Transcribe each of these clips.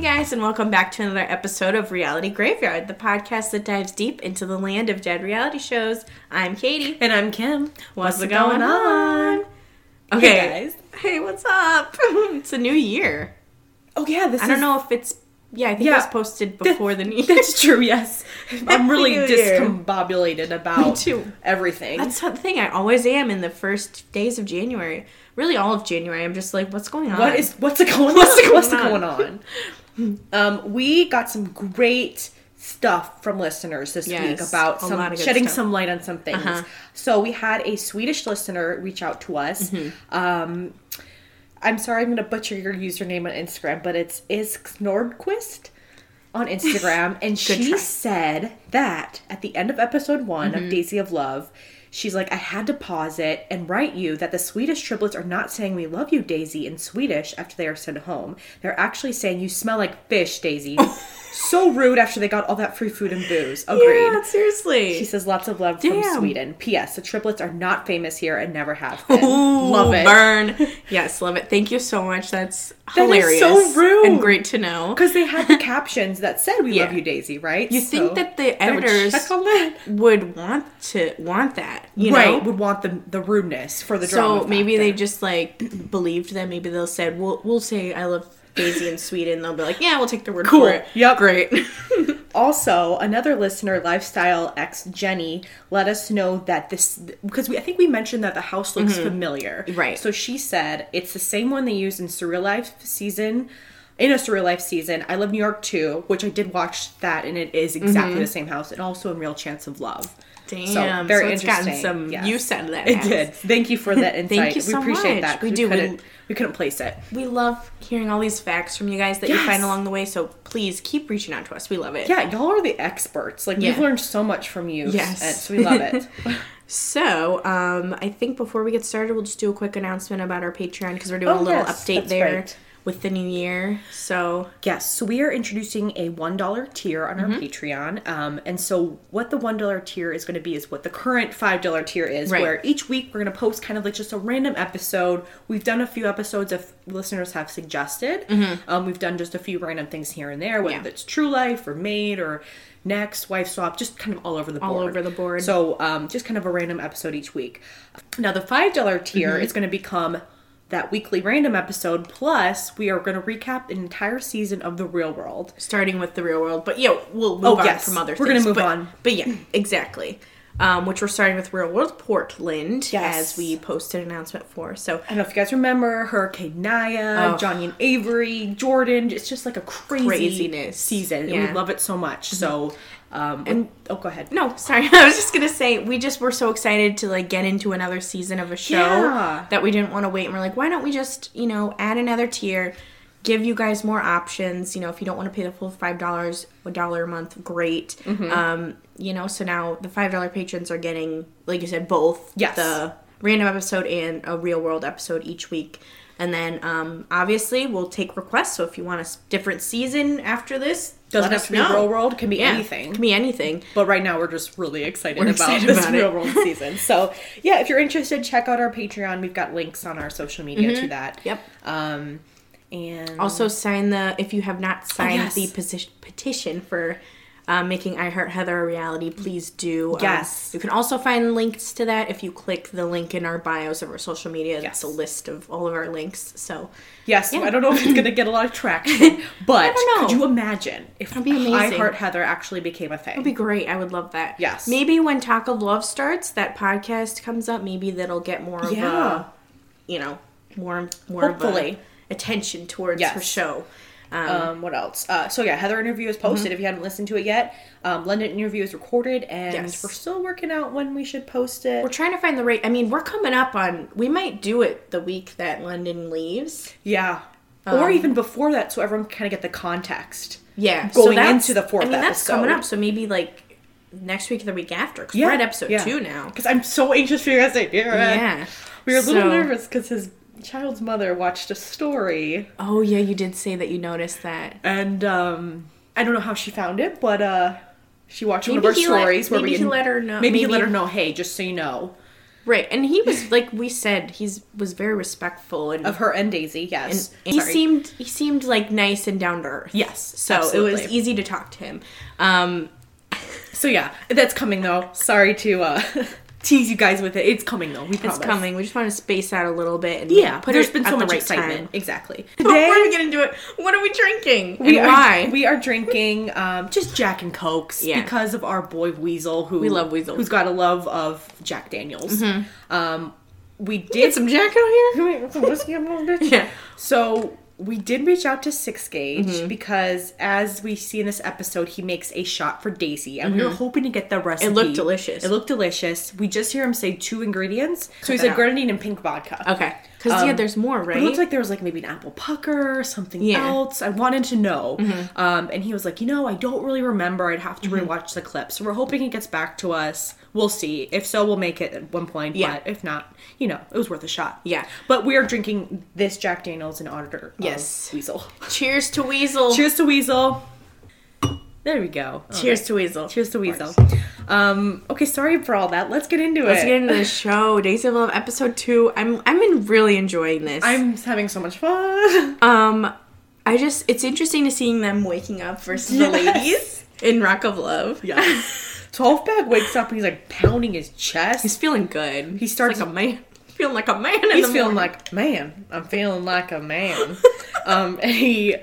guys, and welcome back to another episode of Reality Graveyard, the podcast that dives deep into the land of dead reality shows. I'm Katie. And I'm Kim. What's, going, on? Okay, Hey, guys. Hey, what's up? it's a new year. Oh yeah, this I don't know if it's. Yeah, I think it was Yeah. posted before the new year. That's true. Yes, I'm really New Year. discombobulated about Me too. everything. That's the thing. I always am in the first days of January. Really, all of January. I'm just like, what's going on? what is what's it going? What's it what's it going going on? um, we got some great stuff from listeners this Yes, week about a some lot of good shedding stuff. some light on some things. Uh-huh. So we had a Swedish listener reach out to us. Mm-hmm. Um, I'm sorry, I'm going to butcher your username on Instagram, but it's Isk Nordquist on Instagram, and she try. Mm-hmm. said that at the end of episode one of Daisy of Love. She's like, I had to pause it and write you that the Swedish triplets are not saying we love you, Daisy, in Swedish after they are sent home. They're actually saying you smell like fish, Daisy. so rude after they got all that free food and booze. Agreed. Yeah, seriously. She says lots of love Damn. from Sweden. P.S. The triplets are not famous here and never have been. Ooh, love it. Burn. Yes, love it. Thank you so much. That's That hilarious. is so rude. and great to know. Because they had the captions that said "We Yeah. love you, Daisy." Right? You think that the editors would check on that, would want to want that, you right? know? Would want the the rudeness for the drama. So maybe they factor. just like believed that. Maybe they'll said, "We'll we'll say I love Daisy in Sweden." They'll be like, "Yeah, we'll take the word Cool. for it." Yep. great. also another listener, lifestyle ex Jenny, let us know that this because we I think we mentioned that the house looks familiar, Mm-hmm. Right. So she said it's the same one they used in Surreal Life season. In a Surreal Life season, I Love New York too, which I did watch that, and it is exactly the same house, and also in Real Chance of Love. Mm-hmm. Damn, So, so, very it's gotten interesting. some Yes. use out of that. It house. did. Thank you for that insight. you so we appreciate much. that. We 'cause do. We- Couldn't, we couldn't place it. We love hearing all these facts from you guys that you Yes. find along the way. So please keep reaching out to us. We love it. Yeah, y'all are the experts. Like Yeah. we've learned so much from you. Yes. and so we love it. So, um, I think before we get started, we'll just do a quick announcement about our Patreon because we're doing Oh, a little yes, update that's there right. with the new year. So, yes, so we are introducing a one dollar tier on Mm-hmm. our Patreon. Um, and so what the one dollar tier is going to be is what the current five dollar tier is, Right. where each week we're going to post kind of like just a random episode. We've done a few episodes if listeners have suggested. Um, we've done just a few random things here and there, whether Mm-hmm. Yeah. it's True Life or Made or Next Wife Swap, just kind of all over the All board. over the board. So So um, just kind of a random episode each week. Now the five dollar tier Mm-hmm. is going to become that weekly random episode. Plus, we are going to recap an entire season of The Real World. starting with the real world, but yeah, we'll move Oh, on yes. from other We're things. gonna move but, on. But yeah, exactly. Um, which we're starting with real world Portland, Yes. as we posted an announcement for. So, I don't know if you guys remember Hurricane Naya, Oh. Johnny and Avery, Jordan. It's just like a crazy Craziness. season. And Yeah. Mm-hmm. we love it so much. So, um, and oh, go ahead. no, sorry, I was just gonna say we just were so excited to like get into another season of a show Yeah. that we didn't want to wait, and we're like, why don't we just you know add another tier, give you guys more options. You know, if you don't want to pay the full five dollars a dollar a month, great. Mm-hmm. Um, you know, so now the five dollar patrons are getting, like you said, both Yes. the random episode and a real world episode each week. And then, um, obviously, we'll take requests. So if you want a s- different season after this, Doesn't let have us to be know. Real World. Can be Yeah, anything. Can be anything. But right now, we're just really excited about excited this about it. real world season. So, yeah, if you're interested, check out our Patreon. We've got links on our social media to that. Mm-hmm. Yep. Um, and Also, sign the if you have not signed Oh, yes. the position, petition for uh, making I Heart Heather a reality, please do. Um, Yes. you can also find links to that if you click the link in our bios of our social media. That's Yes. a list of all of our links. So yes, I don't know if it's going to get a lot of traction, but don't know. could you imagine if be I amazing. Heart Heather actually became a thing? it'd be great. I would love that. Yes. Maybe when Talk of Love starts, that podcast comes up. Maybe that'll get more of Yeah. a, you know, more more of Hopefully. a attention towards Yes. her show. um, what else? Uh, so yeah, Heather interview is Mm-hmm. posted. If you haven't listened to it yet, um, London interview is recorded, and Yes. we're still working out when we should post it. We're trying to find the right. I mean, we're coming up on. We might do it the week that London leaves. yeah, Um, or even before that, so everyone kind of get the context. Yeah, going into the fourth I mean, that's episode. coming up, so maybe like next week or the week after. Because we're at episode two now. Because I'm so anxious for you guys to hear it. Yeah. We were a little So- nervous because his child's mother watched a story, Oh yeah, you did say that you noticed that. and um, I don't know how she found it, but uh, she watched Maybe one of our he let- stories where maybe we he let her know- Maybe, he maybe- let her know. Hey, just so you know, Right, and he was like we said, he's was very respectful and, of her and Daisy. Yes, and he Sorry. seemed he seemed like nice and down to earth. Yes, so it was absolutely. easy to talk to him. Um, e- So yeah, that's coming though. Sorry to uh tease you guys with it. It's coming though. We it's promise. coming. We just want to space out a little bit and Yeah, put there's it been at so the much right excitement. time. Exactly. Today, Today we gonna do it? What are we drinking? we and are, why? we are drinking um, just Jack and Cokes Yeah. because of our boy Weasel, who We love Weasel. who's got a love of Jack Daniels. Um, we get did some Jack out here. Yeah. So we did reach out to Six Gauge Mm-hmm. because, as we see in this episode, he makes a shot for Daisy, and we were hoping to get the recipe. Mm-hmm. looked delicious. It looked delicious. We just hear him say two ingredients. So he that said out. grenadine and pink vodka. Okay, because yeah, Um, there's more, But right? It looked like there was like maybe an apple pucker or something Yeah. Mm-hmm. else. I wanted to know. Um, and he was like, you know, I don't really remember. I'd have to rewatch the clip. So we're hoping he gets back to us. We'll see. If so, we'll make it at one point. Yeah. But if not, you know, it was worth a shot. Yeah. But we are drinking this Jack Daniels in honor of Yes. Weasel. Cheers to Weasel. Cheers to Weasel. There we go. Oh, Cheers to Weasel. Cheers to Weasel. Um, okay, sorry for all that. Let's get into it. Let's get into the show. Days of Love, episode two. I'm I'm in really enjoying this. I'm having so much fun. um, I just it's interesting to seeing them waking up versus the Yes. ladies in Rock of Love. Yes. Twelve Bag wakes up and he's like pounding his chest. he's He's, feeling good. He starts- like a man, feeling like a man. in the feeling morning. like man. I'm feeling like a man. um, and he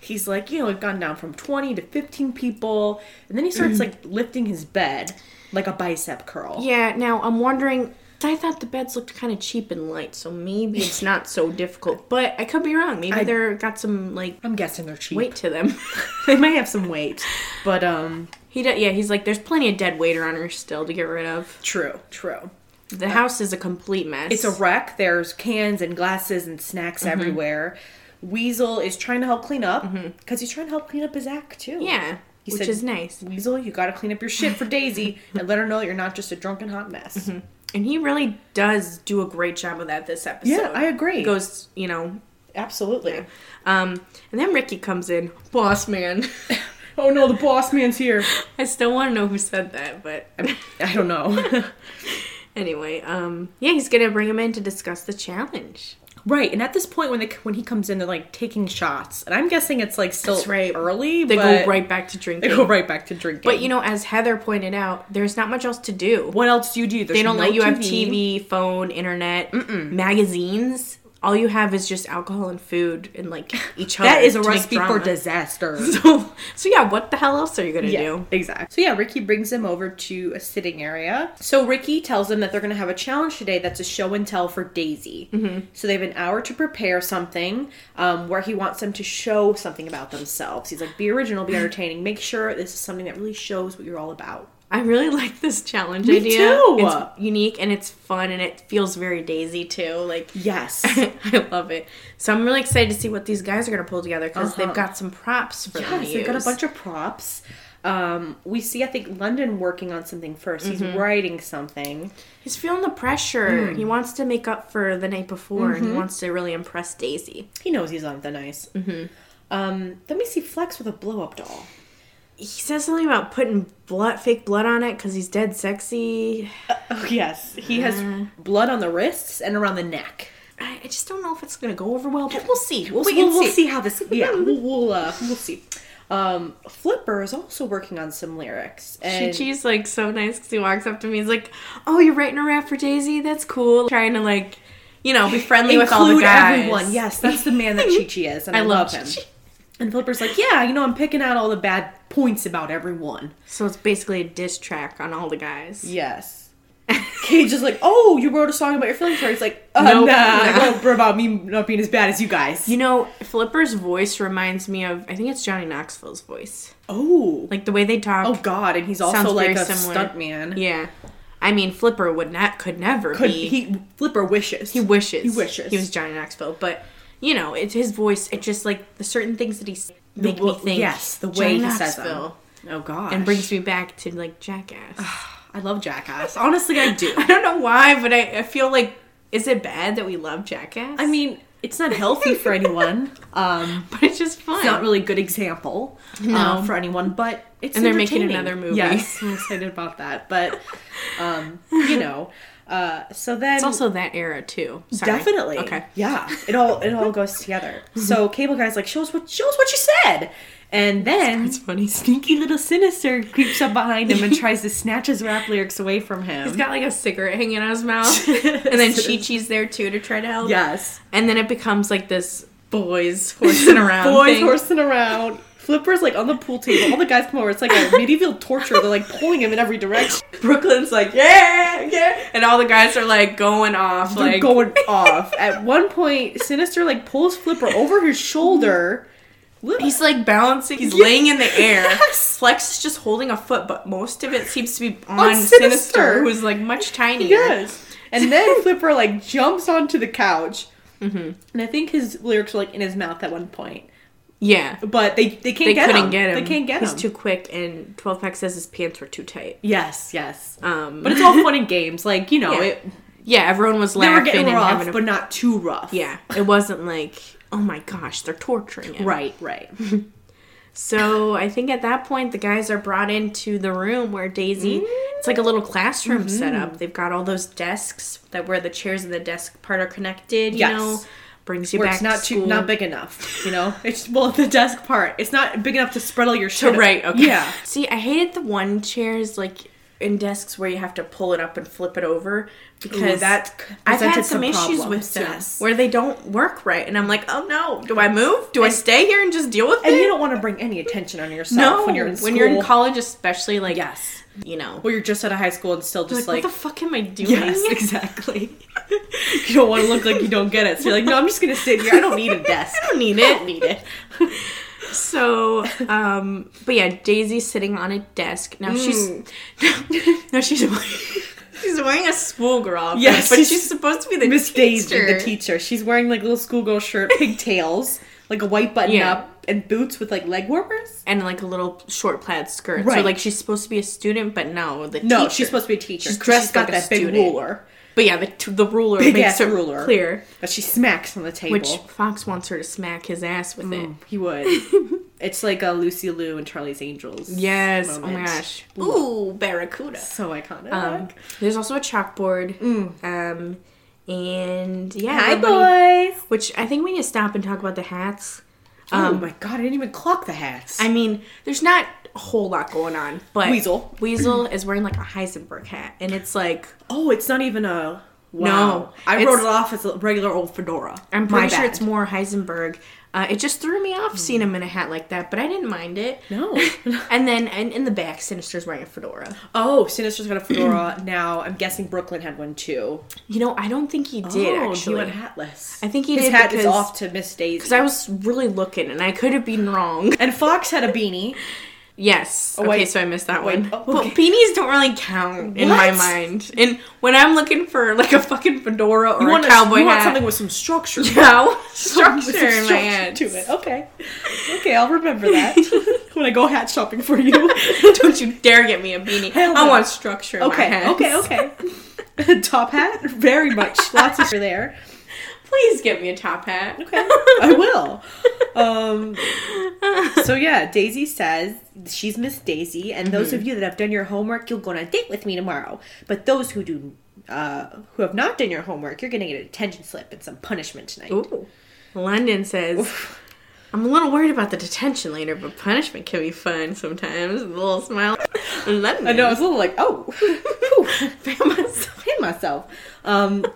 he's like you know it gone down from twenty to fifteen people, and then he starts like lifting his bed like a bicep curl. Mm-hmm. yeah. Now I'm wondering. I thought the beds looked kind of cheap and light, so maybe it's not so difficult. But I could be wrong. Maybe I- they're got some like I'm guessing they're cheap. weight to them. they may have some weight, but um, he does, yeah. He's like, there's plenty of dead weight around her still to get rid of. true, true. The house is a complete mess. Uh, It's a wreck. There's cans and glasses and snacks Mm-hmm. everywhere. Weasel is trying to help clean up because he's trying to help clean up his act too. yeah, He which said- is nice. Weasel, you gotta clean up your shit for Daisy and let her know that you're not just a drunken hot mess. And he really does do a great job of that this episode. Yeah, I agree. He goes, you know, Absolutely. um, and then Ricky comes in, boss man. Oh no, the boss man's here. I still want to know who said that, but I don't know. anyway, um, yeah, he's gonna bring him in to discuss the challenge. right, and at this point when they when he comes in, they're like taking shots, and I'm guessing it's like still That's right. early. They but go right back to drinking. They go right back to drinking. But you know, as Heather pointed out, there's not much else to do. what else do you do? There's They don't no let you have TV, phone, internet, magazines. All you have is just alcohol and food and like each other. That is a to make recipe for drama. disaster. So, so yeah, what the hell else are you gonna do? exactly. So yeah, Ricky brings him over to a sitting area. So Ricky tells them that they're going to have a challenge today. That's a show and tell for Daisy. So they have an hour to prepare something um, where he wants them to show something about themselves. He's like, "Be original, be entertaining. Make sure this is something that really shows what you're all about." I really like this challenge Me idea. too. It's unique and it's fun and it feels very Daisy too. Like Yes. I love it. So I'm really excited to see what these guys are gonna pull together because Uh-huh. they've got some props for them to Yes, they've got a use. bunch of props. Um, we see, I think, London working on something 1st He's writing something. He's feeling the Hmm. pressure. He wants to make up for the night before and he Mm-hmm. wants to really impress Daisy. He knows he's on the ice. Mm-hmm. Um, then we see Flex with a blow up doll. He says something about putting blood, fake blood on it because he's dead sexy. Oh, yes. He has blood on the wrists and around the neck. I, I just don't know if it's gonna go over well, but we'll see. We'll, We'll, wait and we'll, we'll see. see how this. Yeah, we'll we'll, uh, we'll see. Um, Flipper is also working on some lyrics. And Shichi's like so nice because he walks up to me. He's like, "Oh, you're writing a rap for Daisy? That's cool." Trying to like, you know, be friendly with all the include guys. everyone. Yes, that's the man that Chi Chi is, and I, love, him. Chi-Chi. And Flipper's like, yeah, you know, I'm picking out all the bad points about everyone. So it's basically a diss track on all the guys. Yes. Cage is like, oh, you wrote a song about your feelings. He's like, uh, Nope. nah, I Nah. wrote about me not being as bad as you guys. You know, Flipper's voice reminds me of I think it's Johnny Knoxville's voice. oh, Like the way they talk. oh God! And he's also Sounds like very a similar. stunt man. yeah. I mean, Flipper would not could never Could be. he Flipper wishes? he wishes. he wishes. he was Johnny Knoxville, but you know, it's his voice. It just like the certain things that he s- make Well, me think. Yes, the way Johnny he says them. Knoxville, Oh God! and brings me back to like Jackass. I love Jackass. Honestly, I do. I don't know why, but I, I feel like is it bad that we love Jackass? I mean, it's not healthy for anyone. Um, but it's just fun. it's not really a good example uh, for anyone, but it's And they're making entertaining. another movie. Yes, I'm excited about that. But um, you know, Uh, so then It's also that era too. Sorry. Definitely. Okay. Yeah. It all it all goes together. So cable guy's like, show us what show us what you said. And then It's funny. sneaky little sinister creeps up behind him and tries to snatch his rap lyrics away from him. He's got like a cigarette hanging out his mouth, and then Chi Chi's there too to try to help. yes. And then it becomes like this boys horsing around. Boys thing. horsing around. Flipper's like on the pool table. All the guys come over. It's like a medieval torture. They're like pulling him in every direction. Brooklyn's like yeah, yeah, and all the guys are like going off, They're like going off. At one point, Sinister like pulls Flipper over his shoulder. He's like balancing. He's Yes. laying in the air. Yes. Flex is just holding a foot, but most of it seems to be on, On Sinister, Sinister. who's like much tinier. Yes. And then Flipper like jumps onto the couch. Mm-hmm. And I think his lyrics were like in his mouth at one point. Yeah. But they they can't They get couldn't him. get him. They can't get He's him. too quick, and 12 Pack says his pants were too tight. yes, yes. Um, But it's all fun and games. Like, you know, Yeah. it, yeah, everyone was they were laughing getting and rough, having a but not too rough. Yeah, it wasn't like, oh my gosh, they're torturing him. Right, right. So I think at that point, the guys are brought into the room where Daisy, it's like a little classroom Mm-hmm. set up. They've got all those desks that where the chairs and the desk part are connected, you Yes. know, brings you Where back it's not to too school. not big enough, you know? It's well the desk part. It's not big enough to spread all your shit. right, okay. Yeah. See, I hated the one chairs like in desks where you have to pull it up and flip it over because that c- I've had presented some, some issues with problems, them yes. where they don't work right, and I'm like, oh no, do I move? Do I stay here and just deal with And it? you don't want to bring any attention on yourself no, when you're in school. college, especially like Yes. you know, Well, you're just out of high school and still like, just like, what the fuck am I doing? Yes, exactly. you don't want to look like you don't get it. So you're like, no, I'm just gonna sit here. I don't need a desk. I don't need I don't it. need it. So, um, but yeah, Daisy's sitting on a desk now. She's no, she's wearing, she's wearing a schoolgirl. outfit, Yes. but she's supposed to be the Miss Daisy, teacher. the teacher, she's wearing like a little schoolgirl shirt, pigtails, like a white button Yeah. up, and boots with like leg warmers. and like a little short plaid skirt. So Right. like she's supposed to be a student, but no, the No, teacher. she's supposed to be a teacher. She's 'cause dressed she's got like a that big student. ruler But yeah, the the ruler Big makes ass it ruler. clear, that she smacks on the table. which Fox wants her to smack his ass with it. he would. it's like a Lucy Liu and Charlie's Angels. Yes. Oh my moment. gosh. Ooh, barracuda. So iconic. Um, there's also a chalkboard. Um, and yeah, Hi, everybody- boys. Which I think we need to stop and talk about the hats. oh my god, I didn't even clock the hats. Um, I mean, there's not a whole lot going on, but Weasel. Weasel is wearing like a Heisenberg hat, and it's like Oh, it's not even a. No, Wow. I it's- wrote it off as a regular old fedora. I'm My pretty sure bad. it's more Heisenberg. Uh, it just threw me off seeing him in a hat like that, but I didn't mind it. No. and then and in the back, Sinister's wearing a fedora. Oh, Sinister's got a fedora now. I'm guessing Brooklyn had one too. You know, I don't think he did oh, actually. he went hatless. I think he his did hat because- is off to Miss Daisy. 'Cause I was really looking, and I could have been wrong. and Fox had a beanie. Yes. Oh, okay, wait. so I missed that Wait, one. oh, But okay. beanies don't really count in my What? mind. And when I'm looking for like a fucking fedora or You want, a a- cowboy you want hat, something with some structure. no Something structure with in my structure head. to it. Okay, okay, I'll remember that when I go hat shopping for you. Don't you dare get me a beanie. Hell I no. want structure in my okay, head. okay, okay. Top hat, very much. Lots of there. Please get me a top hat. Okay, I will. Um, so yeah, Daisy says she's Miss Daisy, and those Mm-hmm. of you that have done your homework, you'll go on a date with me tomorrow. But those who do, uh, who have not done your homework, you're gonna get an attention slip and some punishment tonight. Ooh. London says, I'm a little worried about the detention later, but punishment can be fun sometimes. A little smile. London. I know. I was a little like, oh, whew, hit myself. Um,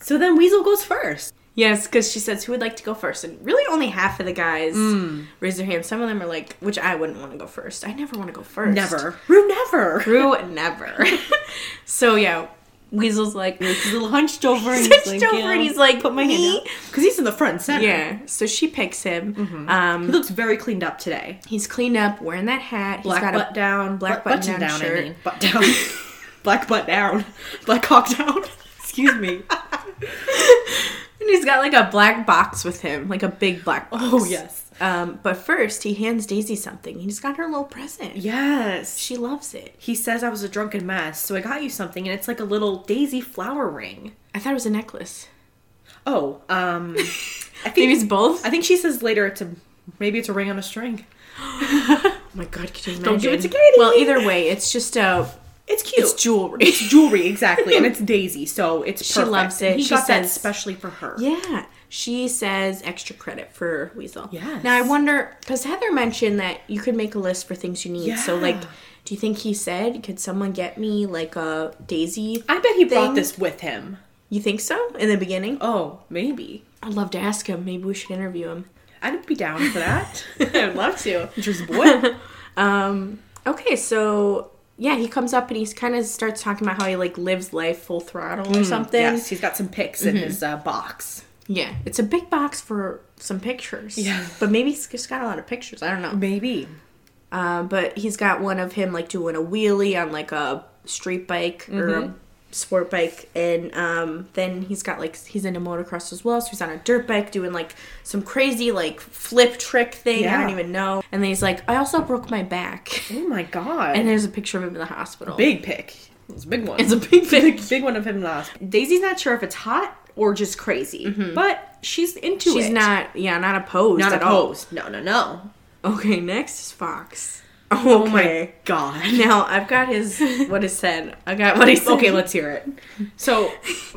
so then Weasel goes first. Yes, because she says, "Who would like to go first? And really, only half of the guys Mm. raise their hand. Some of them are like, "Which I wouldn't want to go first. I never want to go first. Never, Rue, never. Rue, never." so yeah, Weasel's like He's a little hunched over, and switched he's like, over, you know, and he's like, put my hand out because he's in the front and center. Yeah, so she picks him. He Um, looks very cleaned up today. he's cleaned up, wearing that hat. He's black got butt a down, black butt- button down I shirt. mean, butt down, black butt down, black hawk down. Excuse me. and he's got like a black box with him, like a big black box. Oh, yes. Um, but first, he hands Daisy something. He's got her little present. Yes. She loves it. He says I was a drunken mess, so I got you something, and it's like a little daisy flower ring. I thought it was a necklace. Oh, um, I Maybe think it's both. I think she says later it's a maybe it's a ring on a string. Oh my god, could you imagine? Don't do it to Katie. Well, either way, it's just a It's cute. It's jewelry. It's jewelry, exactly, and it's Daisy, so it's She perfect. loves And it. He She got that says- especially for her. Yeah. She says extra credit for Weasel. Yes. Now I wonder because Heather mentioned that you could make a list for things you need. So like, Yeah. do you think he said could someone get me like a daisy? I bet he brought Thing. this with him. You think so? In the beginning, Oh, maybe. I'd love to ask him. Maybe we should interview him. I'd be down for that. I'd love to. Just what? Um. Okay. So yeah, he comes up and he kind of starts talking about how he like lives life full throttle or something. Mm, Yes, he's got some pics in his Mm-hmm. uh, box. Yeah. It's a big box for some pictures. Yeah. But maybe he's just got a lot of pictures. I don't know. Maybe. Um, but he's got one of him like doing a wheelie on like a street bike or Mm-hmm. a sport bike, and um, then he's got like he's into motocross as well. So he's on a dirt bike doing like some crazy like flip trick thing. I don't Yeah. even know. And then he's like, I also broke my back, Oh my god. and there's a picture of him in the hospital. big pic. It's a big one. It's a big pic. big one of him last. Daisy's not sure if it's hot or just crazy, but she's into it. Mm-hmm. She's not, yeah, not opposed not at opposed. No, no, no. all. Okay, next is Fox. Oh my god. Now I've got his what is said. I got what he said. Okay, let's hear it. So,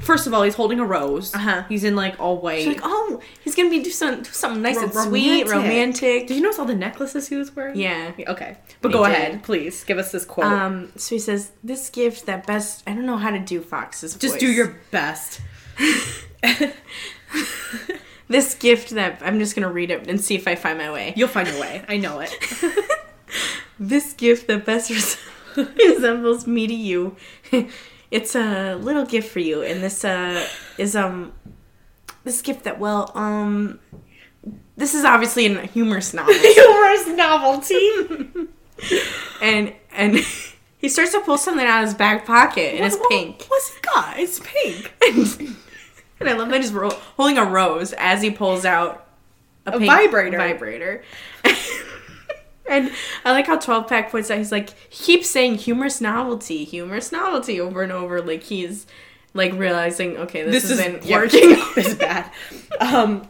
first of all, he's holding a rose. Uh-huh. He's in like all white. She's like, oh, he's gonna be do some do something nice Ro- and sweet, romantic. Did you notice all the necklaces he was wearing? Yeah. Okay, but I go did. ahead, please. Give us this quote. Um. So he says, "This gift that best." I don't know how to do Fox's. Just voice. do your best. This gift that I'm just gonna read it and see if I find my way. You'll find your way. I know it. This gift that best res- resembles me to you. it's a little gift for you, and this uh is um this gift that well um this is obviously in a humorous novel. Humorous novelty. and and he starts to pull something out of his back pocket and it's What- what- pink What's it got? It's pink. and, i love that he's ro- holding a rose as he pulls out a, pink vibrator. vibrator and i like how 12 pack points out he's like he keeps saying humorous novelty humorous novelty over and over like he's like realizing okay this, This isn't yeah, working This is bad. Um,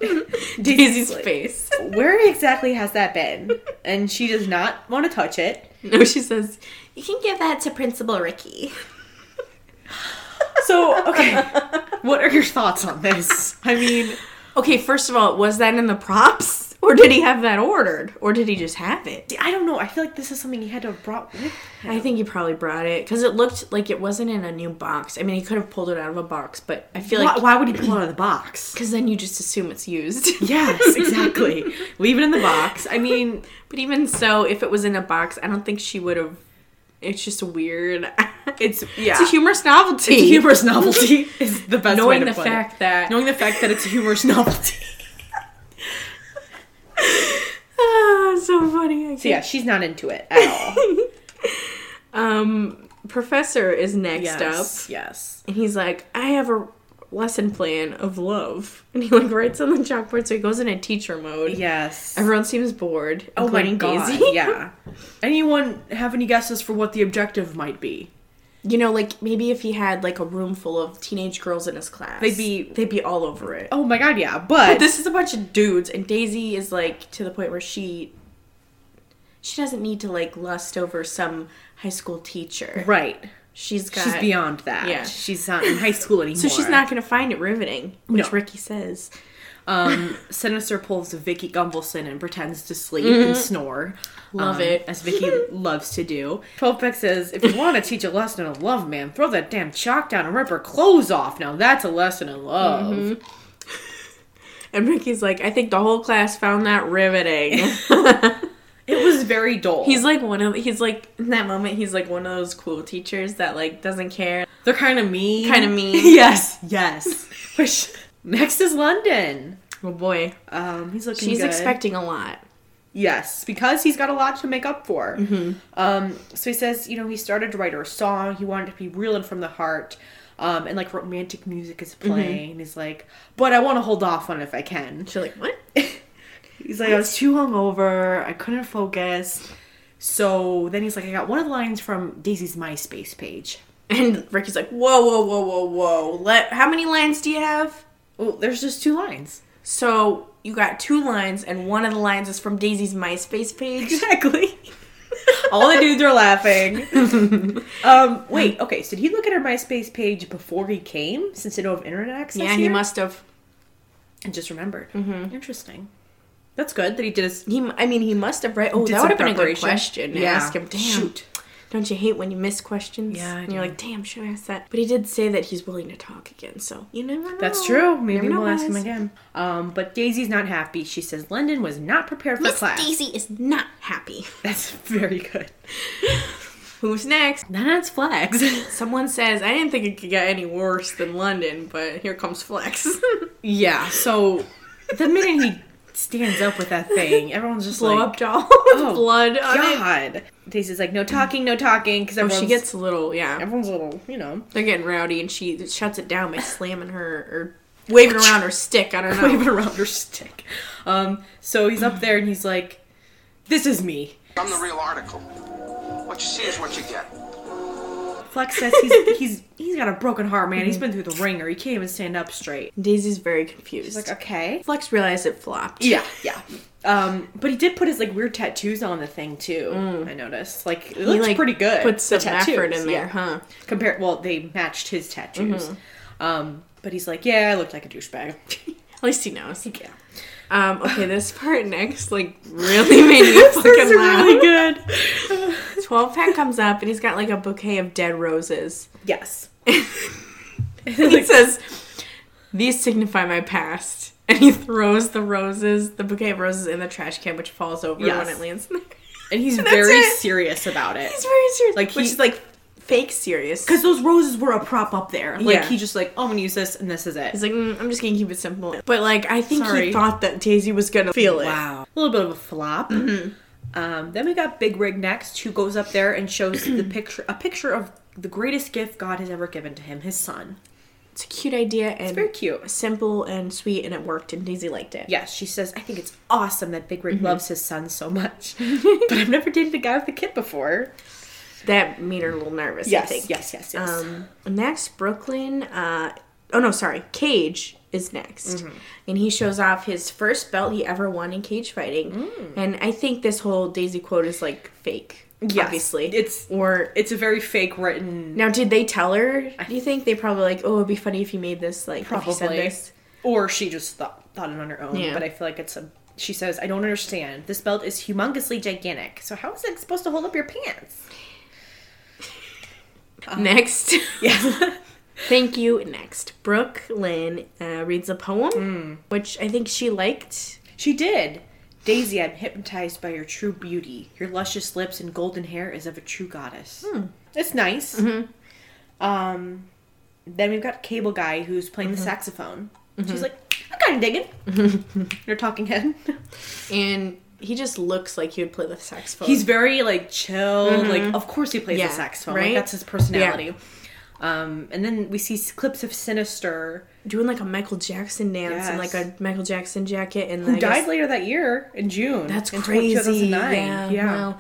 daisy's face where exactly has that been? And she does not want to touch it. no she says you can give that to principal ricky So, okay. What are your thoughts on this? I mean, Okay, first of all, was that in the props? Or did he have that ordered? Or did he just have it? I don't know. I feel like this is something he had to have brought with. I think he probably brought it because it looked like it wasn't in a new box. I mean, he could have pulled it out of a box, but I feel Why, like why would he pull it out of the box? because then you just assume it's used. Yes, exactly. Leave it in the box. I mean, but even so, if it was in a box, I don't think she would have. It's just weird. it's yeah. it's a humorous novelty. It's a humorous novelty is the best Knowing way to the put fact it. that Knowing the fact that it's a humorous novelty. ah, it's so funny. I So yeah, she's not into it at all. Um, professor is next up. yes. Yes. And he's like, I have a lesson plan of love. And he like writes on the chalkboard, so he goes in a teacher mode. Yes. Oh Everyone seems bored, including Daisy. yeah. Anyone have any guesses for what the objective might be? You know, like maybe if he had like a room full of teenage girls in his class, They'd be- they'd be all over it. Oh my god, yeah. But, But this is a bunch of dudes, and Daisy is like to the point where she she doesn't need to like lust over some high school teacher. right. She's got She's beyond that. Yeah. She's not in high school anymore. so she's not gonna find it riveting, which No. Ricky says. Um, Sinister pulls Vicky Gumbelson and pretends to sleep and snore. Mm-hmm. Love um, it. As Vicky loves to do. Twelvepack says, if you want to teach a lesson in love, man, throw that damn chalk down and rip her clothes off. Now that's a lesson in love. Mm-hmm. And Ricky's like, I think the whole class found that riveting. It was very dull. He's like one of he's like in that moment he's like one of those cool teachers that like doesn't care. They're kind of mean. Kinda mean. yes, yes. Which- Next is London. Oh boy, Um, he's looking she's good. expecting a lot. Yes, because he's got a lot to make up for. Um, so he says, you know, he started to write her a song. He wanted it to be real and from the heart. Um, and like romantic music is playing. He's like, but I want to hold off on it if I can. She's like, what? He's like, I was too hungover. I couldn't focus. So then he's like, I got one of the lines from Daisy's MySpace page. And Ricky's like, whoa, whoa, whoa, whoa, whoa. Let how many lines do you have? Well, Oh, there's just two lines. So you got two lines, and one of the lines is from Daisy's MySpace page. Exactly. All the dudes are laughing. Um, wait, okay. So did he look at her MySpace page before he came, since they don't have internet access? yeah, he here? must have. And just remembered. Interesting. That's good that he did his. He, I mean, he must have read. Oh, Did that some would have been a good preparation. question. to Yeah. Ask him. Damn. Shoot. Don't you hate when you miss questions? Yeah, I and you're do. like, damn, should I ask that? But he did say that he's willing to talk again, so you never know. That's true. Maybe Never know, we'll ask him guys. again. Um, but Daisy's not happy. She says London was not prepared for Miss class. Daisy is not happy. That's very good. Who's next? Then it's flags. Someone says, I didn't think it could get any worse than London, but here comes Flex. yeah. So the minute he stands up with that thing, everyone's just Blow like, up doll with oh, blood on it. God. Daisy's like, no talking, no talking, because Oh, everyone's she gets a little, yeah. everyone's a little, you know, They're getting rowdy, and she shuts it down by slamming her or waving around her stick. I don't know. waving around her stick. Um, so he's up there and he's like, this is me. I'm the real article. What you see is what you get. Flex says he's he's he's got a broken heart, man. He's been through the ringer. He can't even stand up straight. Daisy's very confused. He's like, okay. Flex realized it flopped. Yeah, yeah. Um, but he did put his like weird tattoos on the thing too. I noticed. Mm. Like it looks like, pretty good. Put some The tattoos, effort in there, yeah. huh? Compare well, they matched his tattoos. Um, but he's like, yeah, I looked like a douchebag. At least he knows. yeah, Um, okay, this part next, like, really made me This is fucking laugh. really good. 12 pack comes up and he's got like a bouquet of dead roses. Yes. He says, These signify my past. And he throws the roses, the bouquet of roses, in the trash can, which falls over when Yes. it lands in there. And he's That's very it. serious about it. He's very serious. Like, which he- is like fake serious. Because those roses were a prop up there. Like Yeah. he just like, oh, I'm gonna use this and this is it. he's like, "Mm, I'm just gonna keep it simple. But like, I think he Sorry. thought that Daisy was gonna feel it. Mm-hmm. Wow. A little bit of a flop. Um, then we got Big Rig next, who goes up there and shows the picture a picture of the greatest gift God has ever given to him, his son. It's a cute idea and Very cute. simple and sweet, and it worked, and Daisy liked it. Yes, she says, I think it's awesome that Big Rig Mm-hmm. loves his son so much. but I've never dated a guy with a kid before. That made her a little nervous. I Yes, think. yes, yes, yes. Um, next, Brooklyn. Uh, oh no, sorry, Cage is next, Mm-hmm. and he shows off his first belt he ever won in cage fighting. Mm. And I think this whole Daisy quote is like fake. Yes, obviously it's- or it's a very fake written now. Did they tell her? Do you think they probably like? Oh, it'd be funny if you made this like if you said probably. this. Or she just thought thought it on her own. Yeah. But I feel like it's a she says, I don't understand. This belt is humongously gigantic. So how is it supposed to hold up your pants? Next, Uh-huh. Yeah. thank you. Next, Brooklyn uh, reads a poem, Mm. which I think she liked. She did. Daisy, I'm hypnotized by your true beauty. Your luscious lips and golden hair is of a true goddess. Hmm. It's nice. Mm-hmm. Um, then we've got Cable Guy who's playing Mm-hmm. the saxophone. She's like, I'm kind of digging. You're talking head. and he just looks like he would play the saxophone. He's very like chill. Like, of course he plays Mm-hmm. Yeah, the saxophone. Like, right? that's his personality. Um, and then we see s- clips of Sinister doing like a Michael Jackson dance and Yes. like a Michael Jackson jacket, and who I guess- died later that year in June. That's in crazy. 2009. Yeah, wow.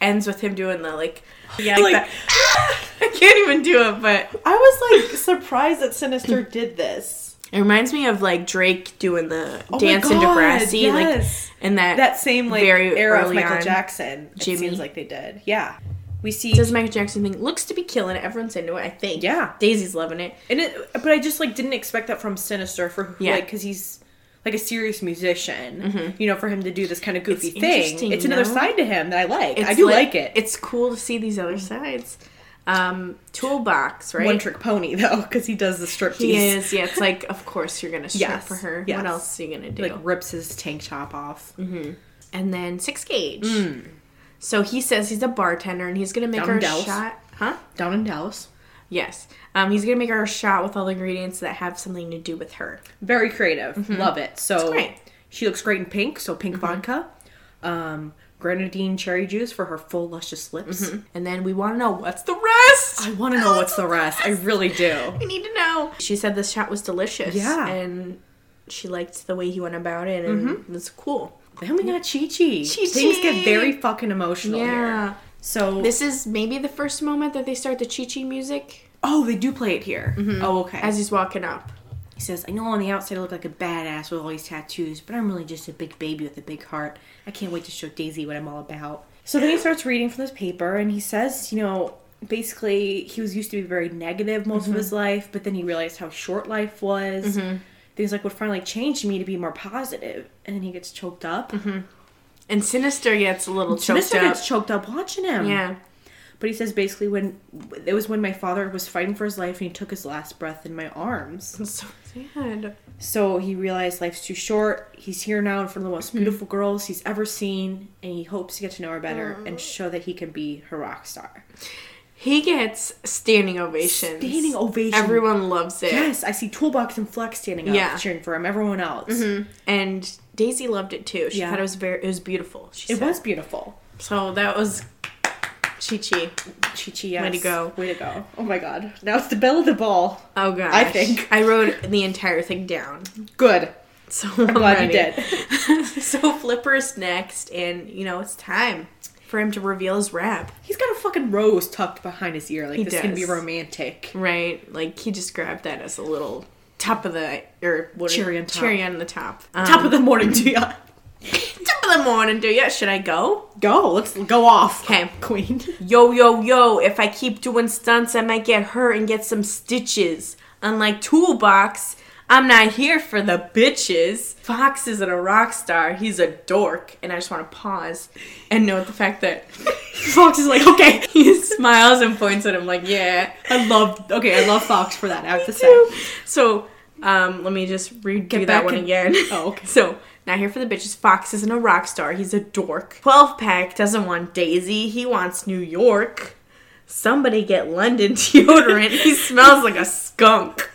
Ends with him doing the like, yeah, like, Like- that. I can't even do it, but I was like surprised that Sinister did this. it reminds me of like Drake doing the Oh my dance in God, Degrassi, yes. like, and that that same like very era of early Michael on. Jackson. It Jimmy. seems like they did. Yeah, we see. Does Michael Jackson thing looks to be killing it. Everyone's into it, I think. Yeah. Daisy's loving it. and it, but I just like didn't expect that from Sinister for Yeah. Mm-hmm. like because he's like a serious musician. You know, for him to do this kind of goofy It's thing. interesting, It's another no? side to him that I like. I It's do like, it. It's cool to see these other sides. Um, toolbox, right? one trick pony though because he does the striptease. He is, yeah. It's like, of course you're gonna strip Yes, for her. yes. What else are you gonna do? Like rips his tank top off. Mm. and then six gauge. Hmm. So he says he's a bartender and he's gonna make Down her in Dallas. a shot. Huh? Down in Dallas. Yes. Um, he's gonna make her a shot with all the ingredients that have something to do with her. Very creative. Love it. So Mm-hmm. great. Mm-hmm. she looks great in pink, so pink vodka. Um grenadine cherry juice for her full luscious lips. And then we want to know what's the rest. Hmm. I want to know what's the rest. I really do. We need to know. She said this shot was delicious. Yeah. And she liked the way he went about it, and Mm-hmm. it was cool. Then we got Chi Chi. Chi-Chi. Things get very fucking emotional Yeah. here. So This is maybe the first moment that they start the Chi Chi music oh, they do play it here. Oh, okay. Mm-hmm. as he's walking up. he says, "I know on the outside I look like a badass with all these tattoos, but I'm really just a big baby with a big heart. I can't wait to show Daisy what I'm all about." So then he starts reading from this paper and he says, you know, basically he was used to be very negative most of his Mm-hmm. life, but then he realized how short life was. Then He's like, what finally changed me to be more positive? And then he gets choked up. And Sinister gets a little Mm-hmm. choked Sinister up. gets choked up watching him. yeah. But he says basically when it was when my father was fighting for his life and he took his last breath in my arms. It's so sad. So he realized life's too short. He's here now in front of the Mm-hmm. most beautiful girls he's ever seen, and he hopes to get to know her better Mm-hmm. and show that he can be her rock star. He gets standing ovations. Standing ovation. Everyone loves it. Yes, I see Toolbox and Flex standing up Yeah. Mm-hmm. cheering for him. Everyone else, And Daisy loved it too. She Yeah. thought it was very it was beautiful. She it said. was beautiful. So that was Chi Chi. Chi Chi, yes. Way to go. way to go. Oh my God! Now it's the bell of the ball. Oh gosh. I think. I wrote the entire thing down. Good. So I'm glad you did. so Flipper's next and you know, it's time for him to reveal his rap. He's got a fucking rose tucked behind his ear. Like He this can be does. romantic. Right? Like he just grabbed that as a little top of the or what Cherry on top. cherry on the top. Um, Top of the morning to ya. top of the morning, do ya? Should I go? Go. Let's go off. 'Kay. Queen. Yo, yo, yo, if I keep doing stunts, I might get hurt and get some stitches. Unlike Toolbox, I'm not here for the bitches. Fox isn't a rock star, he's a dork. And I just want to pause and note the fact that Fox is like, okay. he smiles and points at him, like, yeah. I love. Okay, I love Fox for that. I have to say. So, um, let me just redo back that one in- again. Oh, okay. So, not here for the bitches. Fox isn't a rock star. He's a dork. 12 pack doesn't want Daisy. He wants New York. Somebody get London deodorant. he smells like a skunk.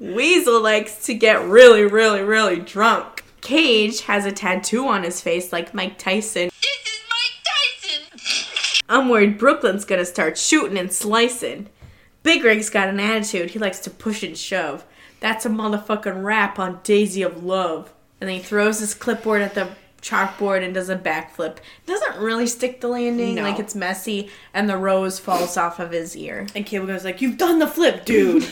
Weasel likes to get really, really, really drunk. Cage has a tattoo on his face like Mike Tyson. This is Mike Tyson. I'm worried Brooklyn's gonna start shooting and slicing. Big Rig's got an attitude. He likes to push and shove. That's a motherfucking rap on Daisy of Love. And then he throws his clipboard at the chalkboard and does a backflip. Doesn't really stick the landing, No. like it's messy, and the rose falls off of his ear. And Cable goes like, "You've done the flip, dude."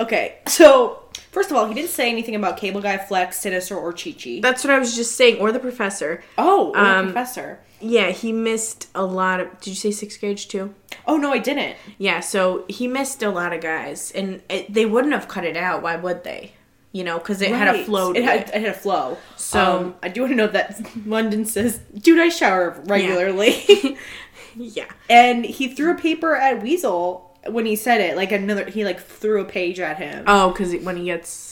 okay, so first of all, he didn't say anything about Cable Guy, Flex, Sinister, or Chi Chi. That's what I was just saying, or the professor. oh, or the Um, Professor. Yeah, he missed a lot of. Did you say sixth grade too? Oh no, I didn't. Yeah, so he missed a lot of guys, and it, they wouldn't have cut it out. Why would they? You know, because it had a Right. flow. to It had, it had a flow. So- um, I do want to know that London says, "Dude, I shower regularly," Yeah. and he threw a paper at Weasel when he said it. Like another, he like threw a page at him. Oh, because when he gets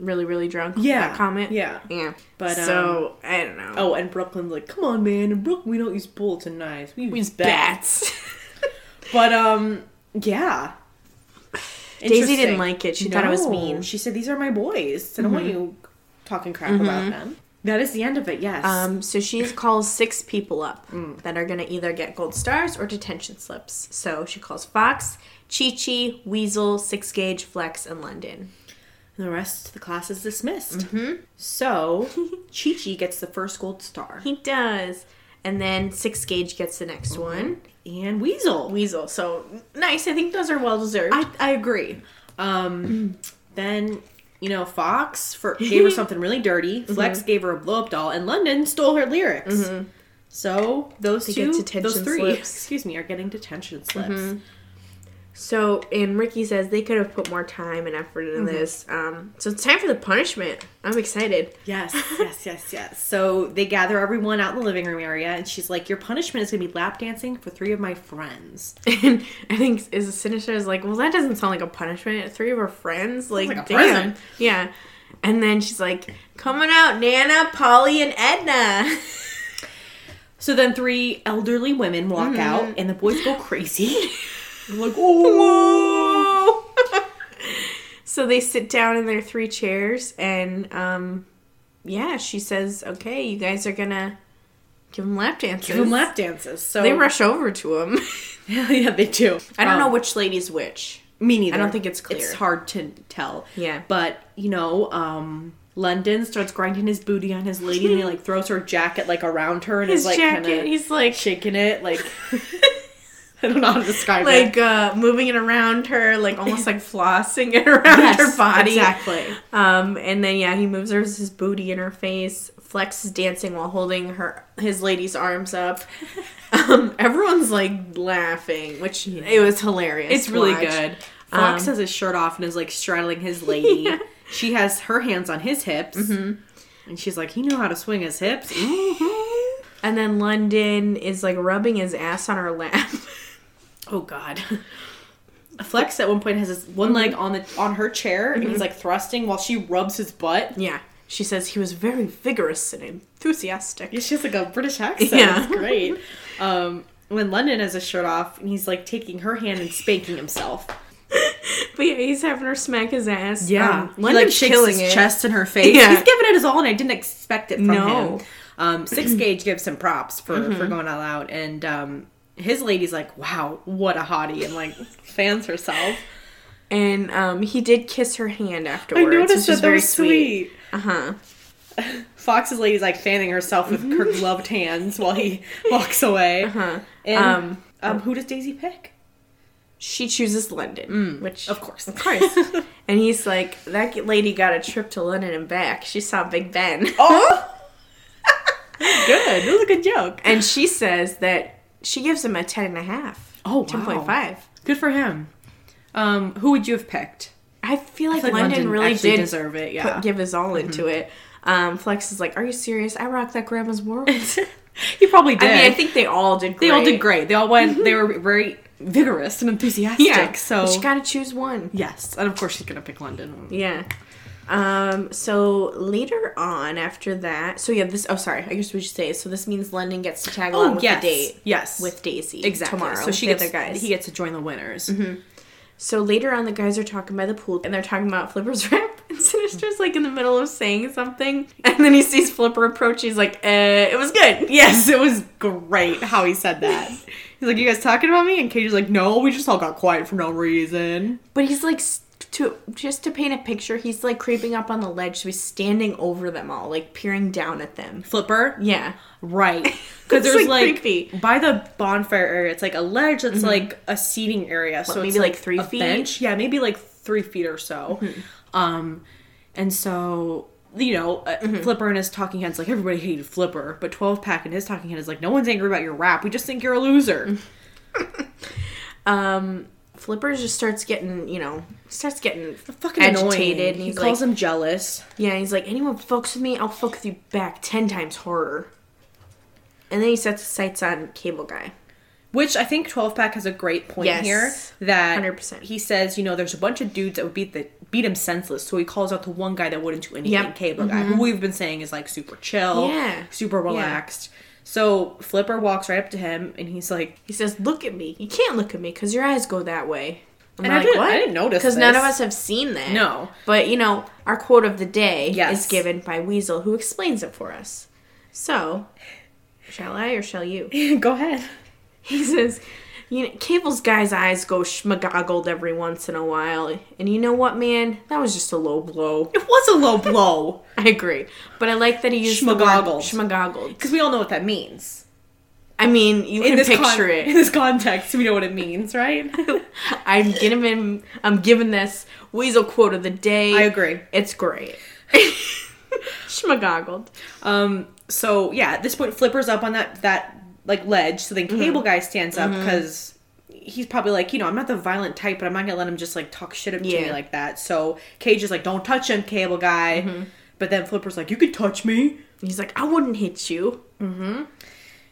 really, really drunk. Yeah. That comment. Yeah. Yeah. But, so I don't know. Oh, and Brooklyn's like, "Come on, man! In Brooklyn, we don't use bullets and knives. We use, he's bats." bats. But um, yeah. Daisy Interesting. didn't like it. She thought it was No. mean. Mm-hmm. She said, "These are my boys. I don't want you talking crap about them." That is the end of it. Yes. Um, so she calls six people up Mm. that are gonna either get gold stars or detention slips. So she calls Fox, Chi Chi, Weasel, Six Gauge, Flex, and London. and the rest of the class is dismissed. mm-hmm. So Chi Chi gets the first gold star, He does. And then Six Gauge gets the Mm-hmm. next one. and Weasel. Weasel. So nice. I think those are well deserved. I I agree. Um, then. You know, Fox for, gave her something really dirty. Mm-hmm. Flex gave her a blow up doll, and London stole her lyrics. So those They two, Mm-hmm. get detention those three, slips. Mm-hmm. excuse me, are getting detention slips. So, and Ricky says they could have put more time and effort Mm-hmm. into this. Um, so it's time for the punishment. I'm excited. Yes, yes, yes, yes. So they gather everyone out in the living room area, and she's like, "Your punishment is gonna be lap dancing for three of my friends." And I think is Sinister is like, well, that doesn't sound like a punishment. Three of her friends, like, like a damn, present. yeah. And then she's like, coming out, Nana, Polly, and Edna. So then three elderly women walk out, and the boys go crazy. Mm-hmm. They're like, "Oh!" so they sit down in their three chairs, and um, yeah, she says, okay, you guys are gonna give them lap dances. Give them lap dances. So They rush over to him. yeah, they do. I don't Um, know which lady's which. Me neither. I don't think it's clear. It's hard to tell. Yeah. But, you know, um, London starts grinding his booty on his lady and he like throws her jacket like around her and His is like jacket. kinda he's like shaking it, like I don't know how to describe it. like uh, moving it around her, like almost like flossing it around her body. Exactly. Um, and then yeah, he moves her his booty in her face. Flex is dancing while holding her his lady's arms up. Um, everyone's like laughing, which it was hilarious. It's to really watch. good. Um, Fox has his shirt off and is like straddling his lady. She has her hands on his hips. And she's like, he knew how to swing his hips. And then London is like rubbing his ass on her lap. oh God. Mm-hmm. Flex at one point has his one leg on the on her chair and he's like thrusting while she rubs his butt. yeah. She says he was very vigorous and enthusiastic. Yeah, she has like a British accent. Yeah. It's great. Um, when London has his shirt off and he's like taking her hand and spanking himself. But yeah, he's having her smack his ass. Yeah, Um, he London's like shakes killing his it. chest in her face. Yeah. He's giving it his all, and I didn't expect it from No. him. Um, Six Gauge gives him props for for going all out, and um, his lady's like, "Wow, what a hottie!" and like fans herself. And um, he did kiss her hand afterwards. which is very Uh huh. Fox's lady's like fanning herself with her gloved hands while he walks away. Uh-huh. And um, Um, who does Daisy pick? She chooses London, which Mm, Of course, of course. and he's like, that lady got a trip to London and back. She saw Big Ben. oh, good. That was a good joke. and she says that she gives him a ten and a half. Oh, wow. 10.5. Good for him. Um, who would you have picked? I feel like, I feel like London, really actually Mm-hmm. did deserve it. put- Yeah. give his all into it. Um, Flex is like, are you serious? I rock that grandma's world. he probably I did. mean, I think they all did great. they all did great. They all went. They were very vigorous and enthusiastic. Yeah. So But you gotta choose one. yes, and of course she's gonna pick London. Yeah. Um, so later on after that, so yeah, this, oh, sorry, I guess we should say, so this means London gets to tag along with Oh, yes, the date yes, with Daisy exactly. Oh, tomorrow. So she the gets other guys. Mm-hmm. He gets to join the winners. so later on, the guys are talking by the pool and they're talking about Flipper's rap. And Sinister's like in the middle of saying something, and then he sees Flipper approach. He's like, uh, "It was good." Yes, it was great how he said that. He's like, "You guys talking about me?" And Katie's like, "No, we just all got quiet for no reason." But he's like s- to just to paint a picture. He's like creeping up on the ledge, so he's standing over them all, like peering down at them. Flipper, Yeah. Right. Because It's, like, there's like, creepy. Mm-hmm. by the bonfire area, it's like a ledge that's like a seating area. so maybe, it's like, three a feet? Mm-hmm. Bench. Yeah, maybe like three feet or so. Um, and so you know, uh Mm-hmm. Flipper and his talking head's like everybody hated Flipper, but Twelve Pack and his talking head is like no one's angry about your rap. We just think you're a loser. Mm-hmm. um Flipper just starts getting, you know, starts getting Fucking agitated. annoying. And He he's calls like, him jealous. yeah, he's like, anyone fucks with me, I'll fuck with you back ten times harder. And then he sets his sights on Cable Guy. Which I think 12 pack has a great point Yes. here that 100%. he says, you know, there's a bunch of dudes that would beat the beat him senseless. So he calls out the one guy that wouldn't do anything, Yep. Mm-hmm. Cable guy, who we've been saying is like super chill, Yeah. super relaxed. So Flipper walks right up to him and he's like, He says, "Look at me. You can't look at me because your eyes go that way." I'm And I didn't- I didn't notice because none this. of us have seen that. No. but you know, our quote of the day Yes. is given by Weasel, who explains it for us. So, shall I or shall you? "Go ahead." He says, "You know, Cable's guy's eyes go schmagoggled every once in a while, and you know what, man? That was just a low blow. It was a low blow I agree, but I like that he used the word Schmagoggled. schmagoggled. because we all know what that means. I mean, you In can this picture con- in it. this context, we know what it means, right? I'm giving him. I'm giving this weasel quote of the day. I agree. It's great. schmagoggled. Um, so yeah, at this point, Flipper's up on that that like ledge. So then Cable Guy stands up because he's probably like, you know, I'm not the violent type, but I'm not gonna let him just like talk shit up to me Yeah. like that. So Cage is like, don't touch him, Cable Guy. But then Flipper's like, you can touch me. He's like, I wouldn't hit you.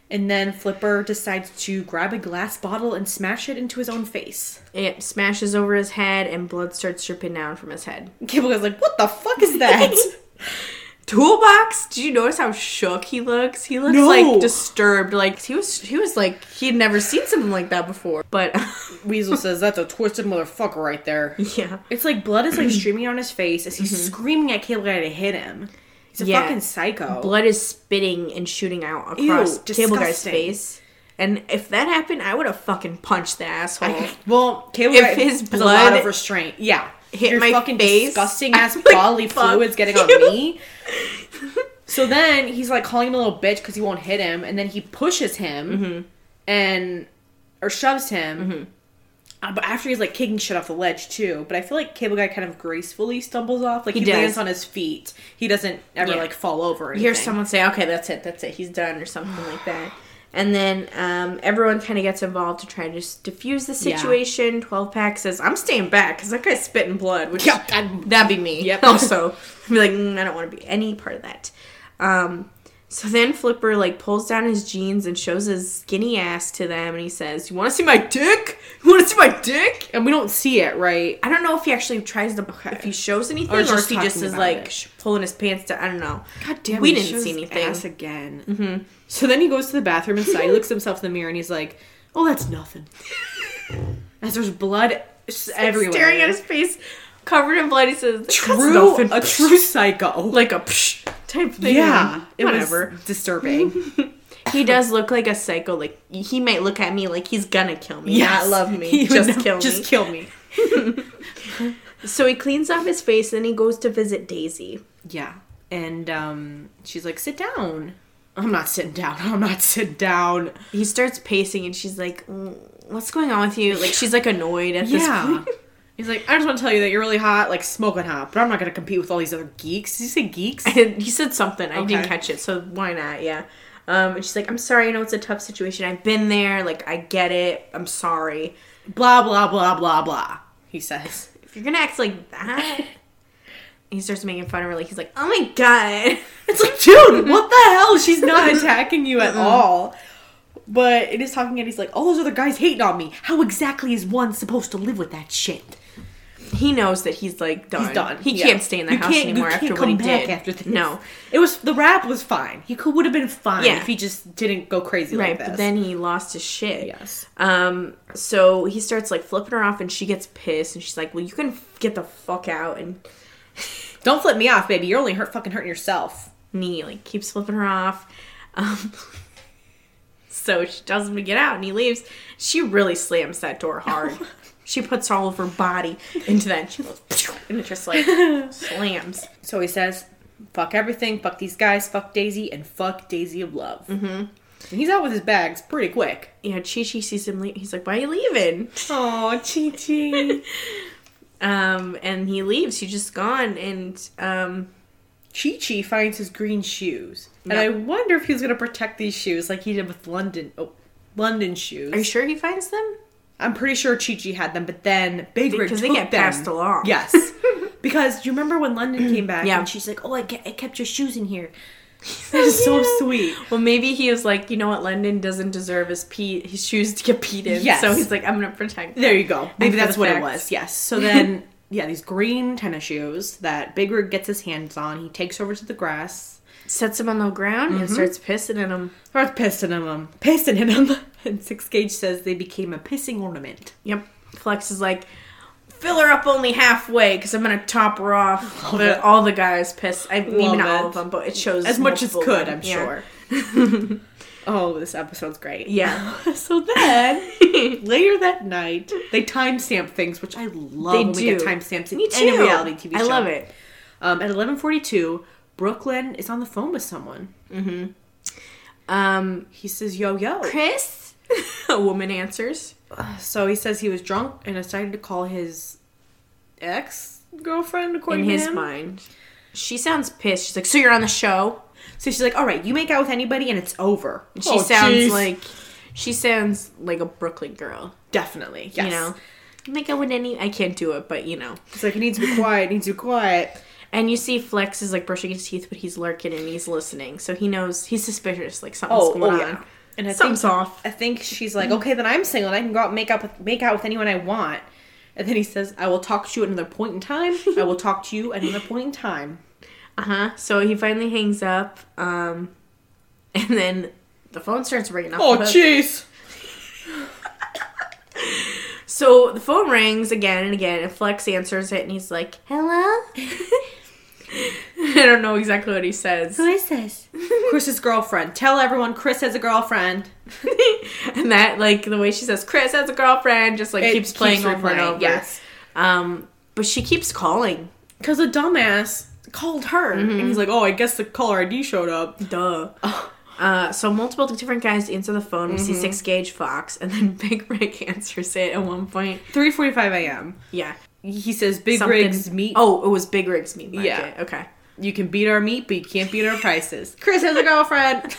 And then Flipper decides to grab a glass bottle and smash it into his own face. It smashes over his head, and blood starts dripping down from his head. Cable Guy's like, what the fuck is that? toolbox did you notice how shook he looks he looks No. like disturbed like he was he was like he had never seen something like that before but Weasel says, that's a twisted motherfucker right there. yeah It's like blood is like streaming on his face as he's screaming at Cable Guy to hit him. He's a Mm-hmm. Yeah. fucking psycho. blood is spitting and shooting out across Ew, cable guy's disgusting. face and if that happened i would have fucking punched that asshole Well, Cable If Guy his has a lot blood of restraint. Yeah, hit your my fucking face, disgusting I ass would bodily fuck fluids getting on you. me. So then he's like calling him a little bitch because he won't hit Mm-hmm. him, and then he pushes him and or shoves him, Uh, but after he's like kicking shit off the ledge too. But I feel like Cable Guy kind of gracefully stumbles off. Like He he, does. lands on his feet. He doesn't ever Yeah. like fall over. Or You hear anything. someone say, "Okay, that's it, that's it, he's done," or something like that. And then um, everyone kind of gets involved to try to s- diffuse the Yeah. situation. Twelve Pack says, "I'm staying back because that guy's spitting blood," which Yeah, I'm- that'd be me. Yep. Also, I'd be like, "Mm, I don't want to be any part of that. Um, so then Flipper like pulls down his jeans and shows his skinny ass to them, and he says, "You want to see my dick? You want to see my dick?" and we don't see it right. I don't know if he actually tries to, if he shows anything, Or or, just if he just talking is about like it. sh- pulling his pants down. I don't know. God damn, we he didn't shows see his anything. ass again. Mm-hmm. So then he goes to the bathroom inside, looks himself in the mirror, and he's like, "Oh, that's nothing." As there's blood s- everywhere, staring at his face, covered in blood. He says, true, "That's nothing." a true psycho. like a psh type thing. yeah, it whatever. was disturbing. He does look like a psycho. Like he might look at me like he's gonna kill me. Yes. not love me. He would just never- kill me. Just kill me. so he cleans off his face, then he goes to visit Daisy. Yeah. And um, she's like, sit down. I'm not sitting down. I'm not sitting down. He starts pacing, and she's like, "Mm, "What's going on with you?" Like she's like annoyed at this Yeah. point. He's like, I just want to tell you that you're really hot, like smoking hot, but I'm not going to compete with all these other geeks. Did you say geeks? And he said something. I didn't Okay. catch it, so why not? Yeah. Um, and she's like, I'm sorry, I know it's a tough situation. I've been there. Like, I get it. I'm sorry. blah, blah, blah, blah, blah, he says. If you're gonna act like that, And he starts making fun of her. Like, he's like, oh my god. It's like, Mm-hmm. dude, what the hell? She's not attacking you at all. But it is talking, and he's like, all those other guys hating on me. How exactly is one supposed to live with that shit? He knows that he's like done. He's done. He Yeah. can't stay in the You house can't- you anymore can't after what come he back did. After this. No, it was the rap was fine. He could would have been fine Yeah. if he just didn't go crazy right. like this. but then he lost his shit. yes, Um. So he starts like flipping her off, and she gets pissed, and she's like, "Well, you can f- get the fuck out." And don't flip me off, baby. You're only hurt fucking hurting yourself. and he like keeps flipping her off. Um, so she tells him to get out, and he leaves. She really slams that door hard. she puts all of her body into that, and she goes, and it just like slams. So he says, "Fuck everything. Fuck these guys. Fuck Daisy and fuck Daisy of Love." Mm-hmm. And he's out with his bags pretty quick. You know, Chi Chi sees him leave. He's like, "Why are you leaving?" Oh, Chi Chi. Um, and he leaves. He's just gone, and um, Chi Chi finds his green shoes, and Yep. I wonder if he's gonna protect these shoes like he did with London. Oh, London shoes. are you sure he finds them? I'm pretty sure Chi Chi had them, but then Big Rig Because took they get them. passed along. Yes, because you remember when London came back Yeah. and she's like, "Oh, I, get, I kept your shoes in here." That is so sweet. Well, maybe he was like, you know what, London doesn't deserve his pee, his shoes to get peed in. Yes. So he's like, I'm gonna protect. There you go. Maybe After that's the what it fact. was. Yes. So then, yeah, these green tennis shoes that Big Rig gets his hands on. He takes over to the grass, Sets him on the ground and starts pissing at him. starts pissing at him, pissing at him. And Six Gauge says they became a pissing ornament. Yep. Flex is like, fill her up only halfway because I'm gonna top her off. Love The- it. all the guys piss. I maybe Love not all it. of them, but it shows as much as multiple could, men. I'm Yeah. sure. oh, this episode's great. Yeah. so then, later that night, they timestamp things, which I love They when we do. get timestamps in Me too. any reality TV show. I love it. Um, at 11:42, Brooklyn is on the phone with someone. Um, He says, "Yo, yo." Chris, a woman answers. So he says he was drunk and decided to call his ex girlfriend according in to his him. mind. She sounds pissed. She's like, "So you're on the show?" So she's like, "All right, you make out with anybody and it's over." She Oh, sounds jeez. like she sounds like a Brooklyn girl. definitely yes. You know, You make out with any. I can't do it, but you know. It's like it needs to be quiet. It needs to be quiet. And you see, Flex is like brushing his teeth, but he's lurking and he's listening, so he knows he's suspicious. Like something's oh, going yeah. on. And I Something's think, off. I think she's like, okay, then I'm single and I can go out and make up with make out with anyone I want. And then he says, I will talk to you at another point in time. I will talk to you at another point in time. Uh huh. So he finally hangs up. Um, and then the phone starts ringing. off Oh, the hook. jeez. So the phone rings again and again, and Flex answers it, and he's like, "Hello." I don't know exactly what he says. is this? Chris's girlfriend. Tell everyone Chris has a girlfriend. and that like the way she says chris has a girlfriend just like It keeps playing keeps over and replaying, over yes. um but she keeps calling Because Mm-hmm. a dumbass called her. And he's like, oh, Mm-hmm. I guess the caller ID showed up. duh Uh, so multiple different guys answer the phone. We see six gauge Fox, and then Big Rick answers it at one point. 3:45 a.m. Yeah, He says, "Big something- rigs meat. Oh, it was Big Rig's meat market. Yeah. Okay. you can beat our meat, but you can't beat our prices." Chris has a girlfriend.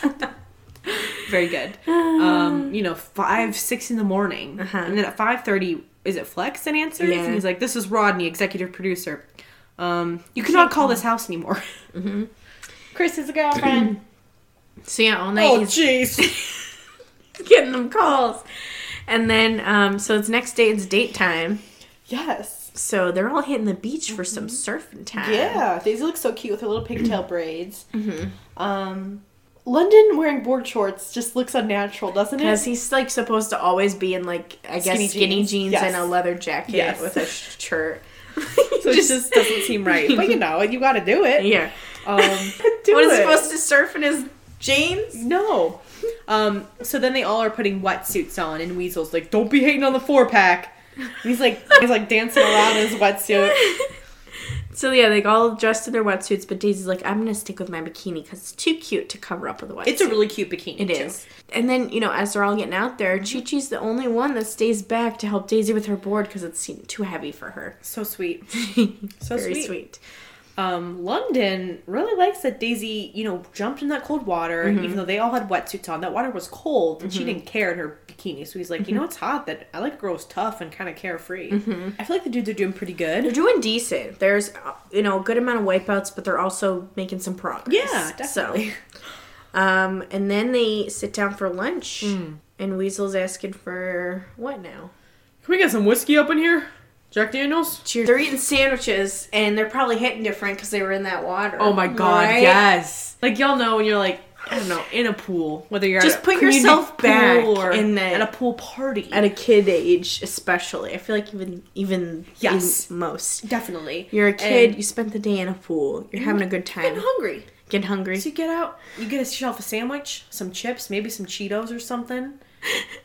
Very good. Um, you know, five six in the morning, Uh-huh. and then at 5:30, is it Flex that answers? Yeah. And he's like, "This is Rodney, executive producer. Um, you cannot call this house anymore." Mm-hmm. Chris has a girlfriend. So yeah, all night oh, he's jeez. getting them calls, and then um, so it's next day. It's date time. yes. So they're all hitting the beach for some surfing time. Mm-hmm. Yeah, Daisy looks so cute with her little pigtail braids. Um, London wearing board shorts just looks unnatural, doesn't it? Because he's like supposed to always be in like I guess Skinny skinny, jeans. jeans, Yes. and a leather jacket Yes. with a sh- shirt. so it just doesn't seem right. But you know, you got to do it. yeah. Um, do What is it. supposed to surf in his jeans? No. Um, so then they all are putting wetsuits on, and Weasel's like, "Don't be hating on the four pack." And he's like, he's like dancing around in his wetsuit. So yeah, they all dressed in their wetsuits, but Daisy's like, I'm gonna stick with my bikini because it's too cute to cover up with a wetsuit. It's a really cute bikini. It too. Mm-hmm. is. And then, you know, as they're all getting out there, Chi Chi's the only one that stays back to help Daisy with her board because it's seemed too heavy for her. so sweet. So Very sweet. sweet. Um, London really likes that Daisy, you know, jumped in that cold water, even though they all had wetsuits on. That water was cold, and she didn't care in her bikini. So he's like, you know, it's hot. That I like a girl who's tough and kind of carefree. I feel like the dudes are doing pretty They're good. doing decent. There's, uh, you know, a good amount of wipeouts, but they're also making some progress. Yeah, definitely. So, um, and then they sit down for lunch, Hmm. and Weasel's asking for what now? Can we get some whiskey up in here? Jack Daniels. Cheers. They're eating sandwiches, and they're probably hitting different because they were in that water. Oh my god, Right? yes. Like y'all know when you're like, I don't know, in a pool, whether you're Just at a put community yourself back pool or in the- at a pool party. At a kid age, especially, I feel like even even Yes. in most. Definitely. You're a kid. And you spent the day in a pool. You're having a good getting time. hungry. Get hungry. So you get out, you get yourself a sandwich, some chips, maybe some Cheetos or something.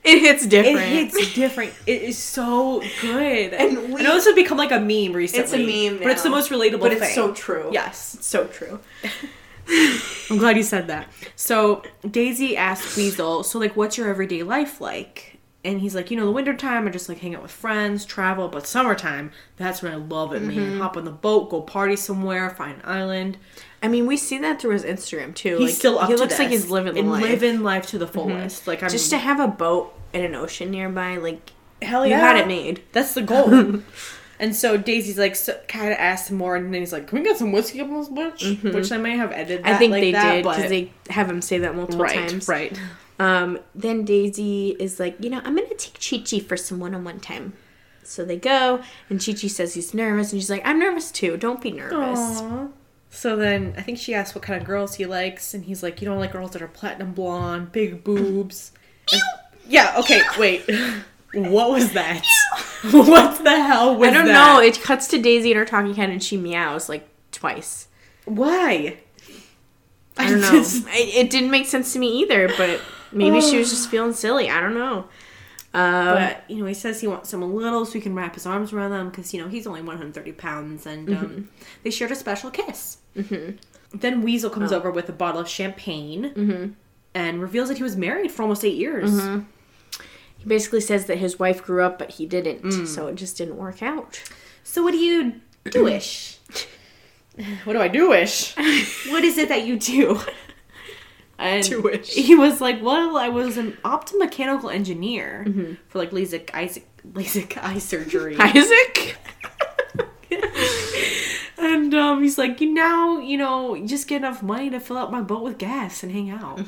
It hits It different. hits different. It is so good. And I we- know this has become like a meme recently. meme But it's the now. most relatable But it's thing. so true. Yes. so true. I'm glad you said that. So Daisy asked Weasel, so like what's your everyday life like? And he's like, you know, the wintertime I just like hang out with friends, travel, but summertime, that's when I love it, man. Mm-hmm. Hop on the boat, go party somewhere, find an island. I mean, we see that through his Instagram too. He's like, still up He to looks like this he's living the and life. Mm-hmm. living life to the fullest. Like I'm Just to have a boat and an ocean nearby, like hell you had it made. That's the goal. and so Daisy's like so, kind of asked him more, and then he's like, "Can we get some whiskey up in this bitch?" Which I may have edited. That Mm-hmm. I think like they that, did but- because they have him say that multiple right, times. right. Um. Then Daisy is like, you know, I'm gonna take Chi Chi for some one-on-one time. So they go, and Chi Chi says he's nervous, and she's like, I'm nervous too. Don't be nervous. Aw. So then I think she asked what kind of girls he likes, and he's like, You don't like girls that are platinum blonde, big boobs. And- yeah, okay, wait. What was that? what the hell was I don't that? know. It cuts to Daisy in her talking head, and she meows like twice. Why? I don't know. just- I, it didn't make sense to me either, but maybe she was just feeling silly. I don't know. Um, But, you know, he says he wants someone little so he can wrap his arms around them because, you know, he's only 130 pounds, and um, they shared a special kiss. Mm-hmm. Then Weasel comes over with a bottle of champagne mm-hmm. and reveals that he was married for almost eight years. he basically says that his wife grew up, but he didn't, Mm. so it just didn't work out. So what do you do ish? what do I do ish? what is it that you do? And Do-ish. he was like, Well, I was an optomechanical engineer for like LASIK eye, LASIK eye surgery. Isaac? and um, he's like, You now, you know, you just get enough money to fill up my boat with gas and hang out.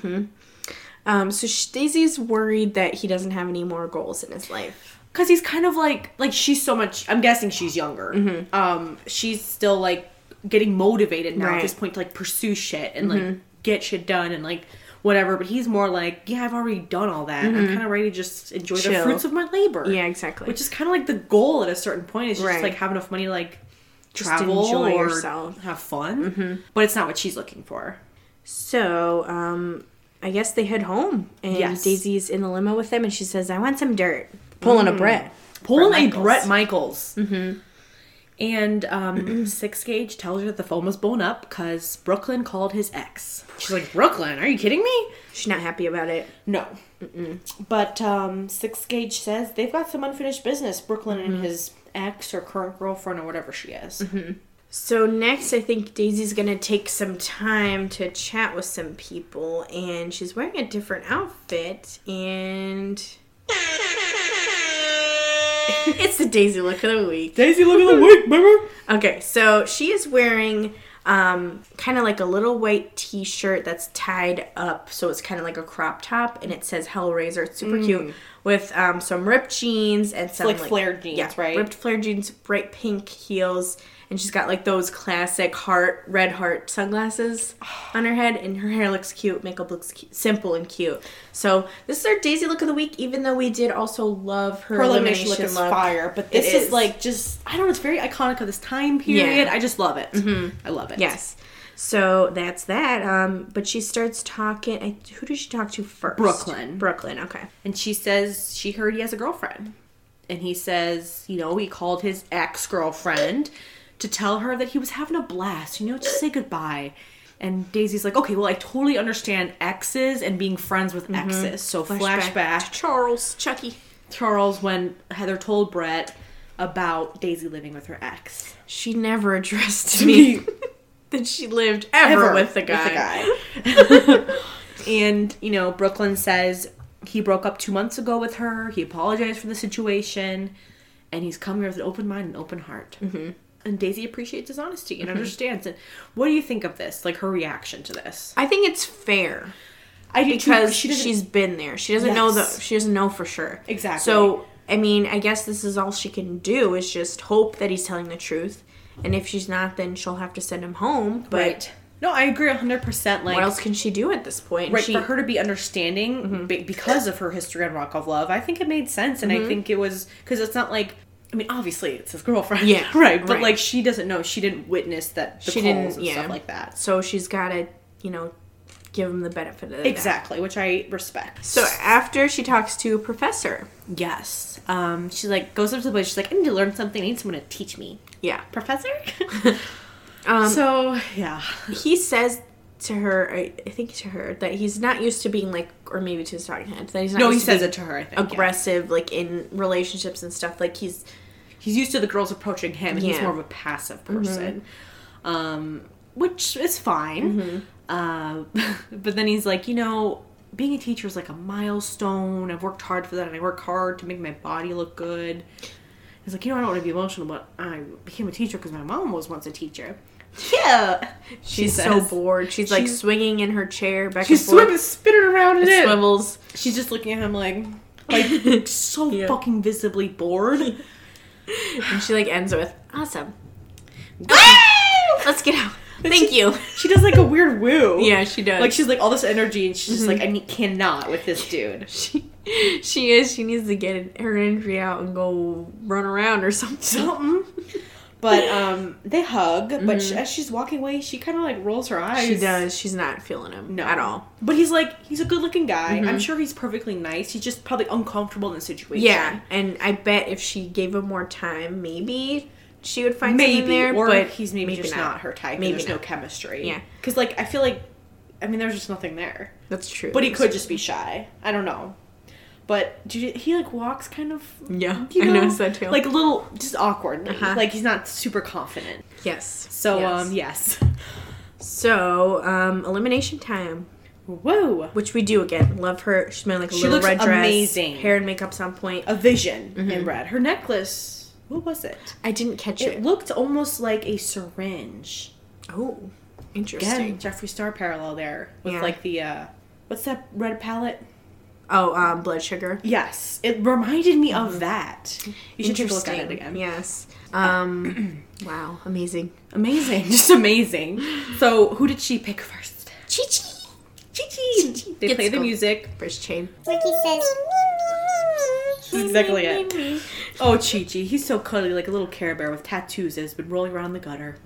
Um, so she, Daisy's worried that he doesn't have any more goals in his life. Cause he's kind of like like she's so much. I'm guessing she's younger. Mm-hmm. Um, she's still like getting motivated now at Right. Mm-hmm. this point to like pursue shit and like get shit done and like whatever. But he's more like, yeah, I've already done all that. I'm kind of ready to just enjoy the Mm-hmm. Chill. fruits of my labor. Yeah, exactly. which is kind of like the goal at a certain point. Is just Right. like have enough money to like Just travel enjoy or yourself. Mm-hmm. have fun. But it's not what she's looking for. so, um, I guess they head home, and Yes. Daisy's in the limo with them, and Mm. she says, "I want some dirt." Pulling a Brett. Pulling a Michaels. Mm-hmm. Brett Michaels. And um, Six Gauge tells her that the phone was blown up because Brooklyn called his ex. She's like, Brooklyn, are you kidding me? She's not happy about it. No. But um, Six Gauge says they've got some unfinished business, Brooklyn Mm-hmm. and his ex or current girlfriend or whatever she is. So next, I think Daisy's gonna take some time to chat with some people, and she's wearing a different outfit, and it's the Daisy look of the week. Daisy, look at the week, baby. Okay, so she is wearing um, kind of like a little white T-shirt that's tied up, so it's kind of like a crop top, and it says Hellraiser. It's super cute with um, some ripped jeans and some Mm. like flared jeans, right? Ripped flared jeans, bright pink heels, and she's got like those classic heart, red heart sunglasses on her head, and her hair looks cute. Makeup looks cu simple and cute. So this is our Daisy look of the week. Even though we did also love her, Her elimination, elimination look is look. fire, but this It is. is. like just, I don't know, it's very iconic of this time period. Yeah. Mm-hmm. I just love it. I love it. Yes. So that's that. Um, but she starts talking. I, who does she talk to first? Brooklyn. Brooklyn. Okay. And she says she heard he has a girlfriend. And he says, you know, he called his ex girlfriend to tell her that he was having a blast, you know, just say goodbye. And Daisy's like, okay, well, I totally understand exes and being friends with exes. So, flashback, to Charles Chucky. Charles, when Heather told Brett about Daisy living with her ex. She never addressed me that she lived ever, with the guy. and, you know, Brooklyn says he broke up two months ago with her. He apologized for the situation. And he's come here with an open mind and open heart. Mm-hmm. And Daisy appreciates his honesty and understands it. What do you think of this? Like her reaction to this? I think it's fair I do because she doesn't- she's been there. She doesn't know the. Yes. She doesn't know for sure. Exactly. So I mean, I guess this is all she can do is just hope that he's telling the truth. And if she's not, then she'll have to send him home. But right. No, I agree 100%. Like, what else can she do at this point? right She- for her to be understanding be- because of her history on Rock of Love. I think it made sense, and I think it was because it's not like I mean, obviously it's his girlfriend, Yeah, right. But right. like she doesn't know, she didn't witness that the She calls didn't- and yeah. stuff like that. So she's got to, you know, give him the benefit of the doubt. Exactly, which I respect. So after she talks to Professor, yes, um, she like goes up to the boy. She's like, I need to learn something. I need someone to teach me, yeah, professor. um, so yeah, he says to her, I, I think to her that he's not used to being like, or maybe to his talking head, that he's not. no, he used to says being it to her. I think yeah. aggressive, like in relationships and stuff. Like he's he's used to the girls approaching him and he's Yeah. Mm-hmm. more of a passive person um, which is fine uh, but then he's like you know being a teacher is like a milestone i've worked hard for that and i work hard to make my body look good he's like you know i don't want to be emotional but i became a teacher because my mom was once a teacher yeah she's she so says. bored. She's like She's- swinging in her chair back she's and swimming forth. spinning around in it swivels. she's just looking at him like like so Yeah. fucking visibly bored And she like ends it with awesome. Let's get out. And Thank she- you. she does like a weird woo Yeah, she does. Like she's like all this energy, and she's just like, I Mm-hmm. ne- cannot with this dude. She, she is. She needs to get her energy out and go run around or something. Something. But um, they hug. But she, as she's walking away, she kind of like rolls her eyes. Mm-hmm. She does. She's not feeling him No. at all. Mm-hmm. But he's like, he's a good-looking guy. I'm sure he's perfectly nice. He's just probably uncomfortable in the situation. Yeah, and I bet if she gave him more time, maybe she would find maybe. something there. or but he's maybe, just not. her type. and Maybe there's not. no chemistry. Yeah. Because like I feel like, I mean, there's just nothing there. That's true. But he could just be shy. I don't know. But do you- he like walks kind of. Yeah, You I know, noticed that too. Like a little, just awkward. Uh-huh. Like he's not super confident. yes. So Yes. um yes. So um, elimination time, Whoa. which we do again. Love her. She's wearing like a She little looks red dress, amazing. hair and makeup's on point. A vision Mm-hmm. in red. Her necklace. What was it? I didn't catch It it. looked almost like a syringe. Oh, Again, interesting. Jeffree Star parallel there with Yeah. like the uh what's that red palette? Oh, um, blood sugar. Yes. It reminded me of that. You should take a look at it Mm-hmm. Interesting. again. Yes. Um. wow. Amazing. Amazing. Just amazing. So who did she pick first? Chi Chi. Chi-Chi. They Gets play the go- music. First chain. Ricky says, That's exactly it. Oh, Chi Chi. He's so cuddly, like a little Care Bear with tattoos that has been rolling around in the gutter.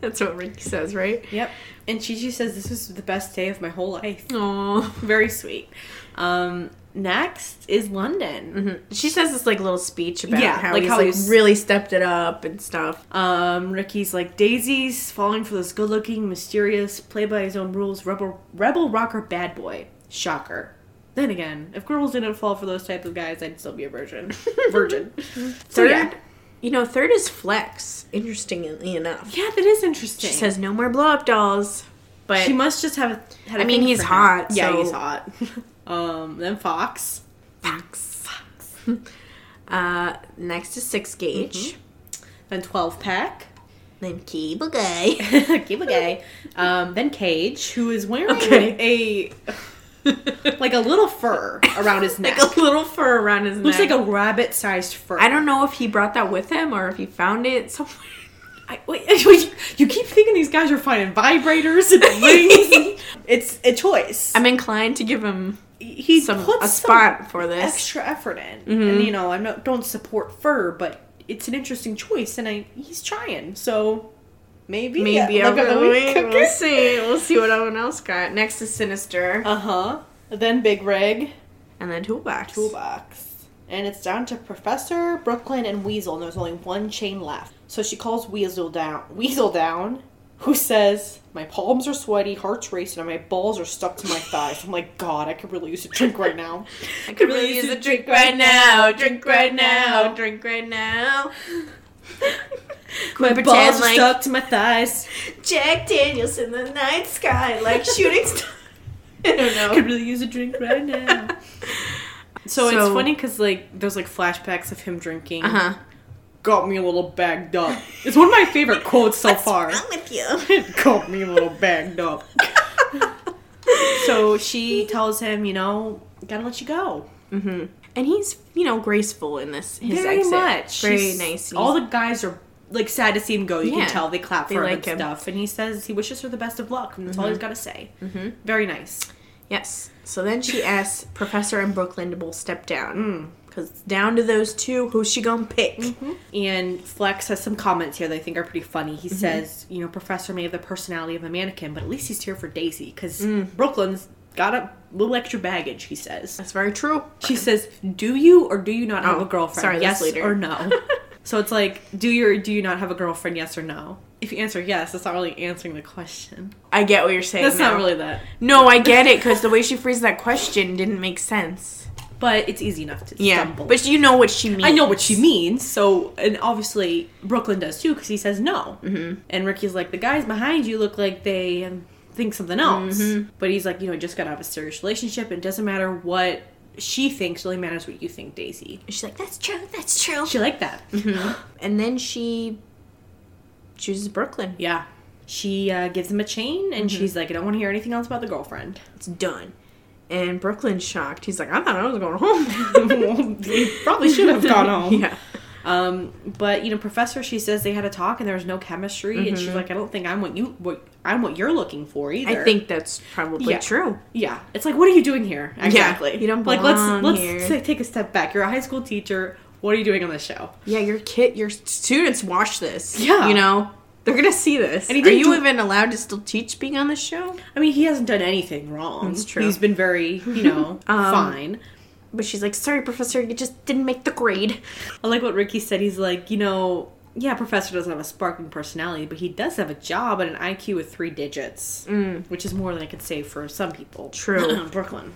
That's what Ricky says, right? Yep. And Gigi says this was the best day of my whole life. Oh. Very sweet. Um, next is London. She says this like little speech about Yeah, how like he's how like he's- really stepped it up and stuff. Um, Ricky's like Daisy's falling for this good-looking, mysterious, play by his own rules, rebel, rebel rocker, bad boy. Shocker. Then again, if girls didn't fall for those types of guys, I'd still be a virgin. Virgin. so Mm-hmm. Third, yeah, you know, third is Flex. Interestingly enough, yeah, that is interesting. she says no more blow up dolls, but she must just have. A, had a I mean, thing he's for him. hot, Yeah, so- he's hot. um, then Fox. Fox. Uh, next is six gauge, Mm-hmm. Then twelve pack. then cable guy. Keep a gay. Um, then Cage, who is wearing Okay. a like a little fur around his neck. like a little fur around his Looks neck. like a rabbit-sized fur. I don't know if he brought that with him or if he found it somewhere. I, wait, wait, you keep thinking these guys are finding vibrators and things. it's a choice. I'm inclined to give him he some puts a spot some for this. extra effort in, Mm-hmm. and you know I am don't support fur, but it's an interesting choice, and I he's trying. So maybe Maybe yeah, over look at the the week. cooker. We'll see. We'll see what everyone else got. Next is Sinister, Uh huh. Then Big Reg and then Toolbox. toolbox, and it's down to Professor Brooklyn and Weasel, and there's only one chain left. So she calls Weasel down. Weasel down. Who says, My palms are sweaty, heart's racing, and my balls are stuck to my thighs. I'm like, God, I could really use a drink right now. I could really use a drink right now. Drink right now. Drink right now. My Quit pretend balls are like stuck to my thighs. Jack Daniels in the night sky, like shooting stars. I don't I know. could really use a drink right now. So, it's So- funny because like there's like flashbacks of him drinking. Uh huh. Got me a little bagged up. It's one of my favorite quotes so far. with you? It got me a little bagged up. so she tells him, you know, gotta let you go. And he's, you know, graceful in this his Very exit. much. Very She's- nice. All the guys are like sad to see him go. You Yeah. can tell they clap They for him like and him. stuff. And he says he wishes her the best of luck, and that's all he's gotta say. Mm-hmm. Very nice. Yes. So then she asks Professor and Brooklyn to both step down. Hmm. Because down to those two, who's she gonna pick? Mm-hmm. And Flex has some comments here that I think are pretty funny. He Mm-hmm. says, you know, Professor may have the personality of a mannequin, but at least he's here for Daisy because Mm. Brooklyn's got a little extra baggage, he says. That's very true. She says, do you or do you not have Oh, a girlfriend? sorry, yes that's later. or no? so it's like, do you or do you not have a girlfriend? Yes or no? If you answer yes, that's not really answering the question. I get what you're saying. That's not now. really that. No, I get it because the way she phrased that question didn't make sense. But it's easy enough to Yeah, stumble. but you know what she means. I know what she means. So, and obviously Brooklyn does too because he says no. Mm-hmm. And Ricky's like, the guys behind you look like they um, think something else. Mm-hmm. But he's like, you know, I just gotta have a serious relationship. It doesn't matter what she thinks. It only matters what you think, Daisy. She's like, that's true. That's true. Mm-hmm. She liked that. And then she chooses Brooklyn. Yeah. She uh, gives him a chain, and Mm-hmm. she's like, I don't want to hear anything else about the girlfriend. It's done. And Brooklyn's shocked. He's like, I thought I was going home. He probably should have gone home. yeah. Um, but you know, Professor, she says they had a talk and there was no chemistry, and she's like, I don't think I'm what you what I'm what you're looking for either. Mm-hmm. I think that's probably Yeah. true. Yeah, it's like, what are you doing here? Exactly. you don't like. Let's belong let's here. ta- take a step back. You're a high school teacher. What are you doing on this show? Yeah, your kid, your students watch this. Yeah. You know, they're gonna see this. And he Are didn't you do- even allowed to still teach being on the show? I mean, he hasn't done anything wrong. That's true. He's been very, you know, Um, fine. But she's like, sorry, Professor, you just didn't make the grade. I like what Ricky said. He's like, you know, yeah, Professor doesn't have a sparkling personality, but he does have a job and an IQ of three digits, mm. which is more than I could say for some people. True. Brooklyn.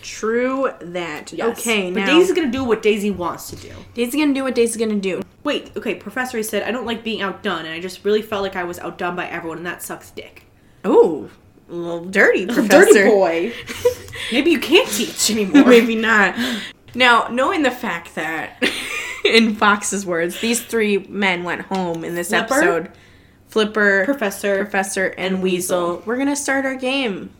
True that. Yes. Okay, but now Daisy's gonna do what Daisy wants to do. Daisy's gonna do what Daisy's gonna do. Wait, okay, Professor he said, I don't like being outdone, and I just really felt like I was outdone by everyone, and that sucks dick. Oh, little dirty, Professor. Dirty boy. Maybe you can't teach anymore. Maybe not. Now, knowing the fact that, in Fox's words, these three men went home in this Flipper? episode Flipper, Professor. Professor, and, Weasel. We're going to start our game.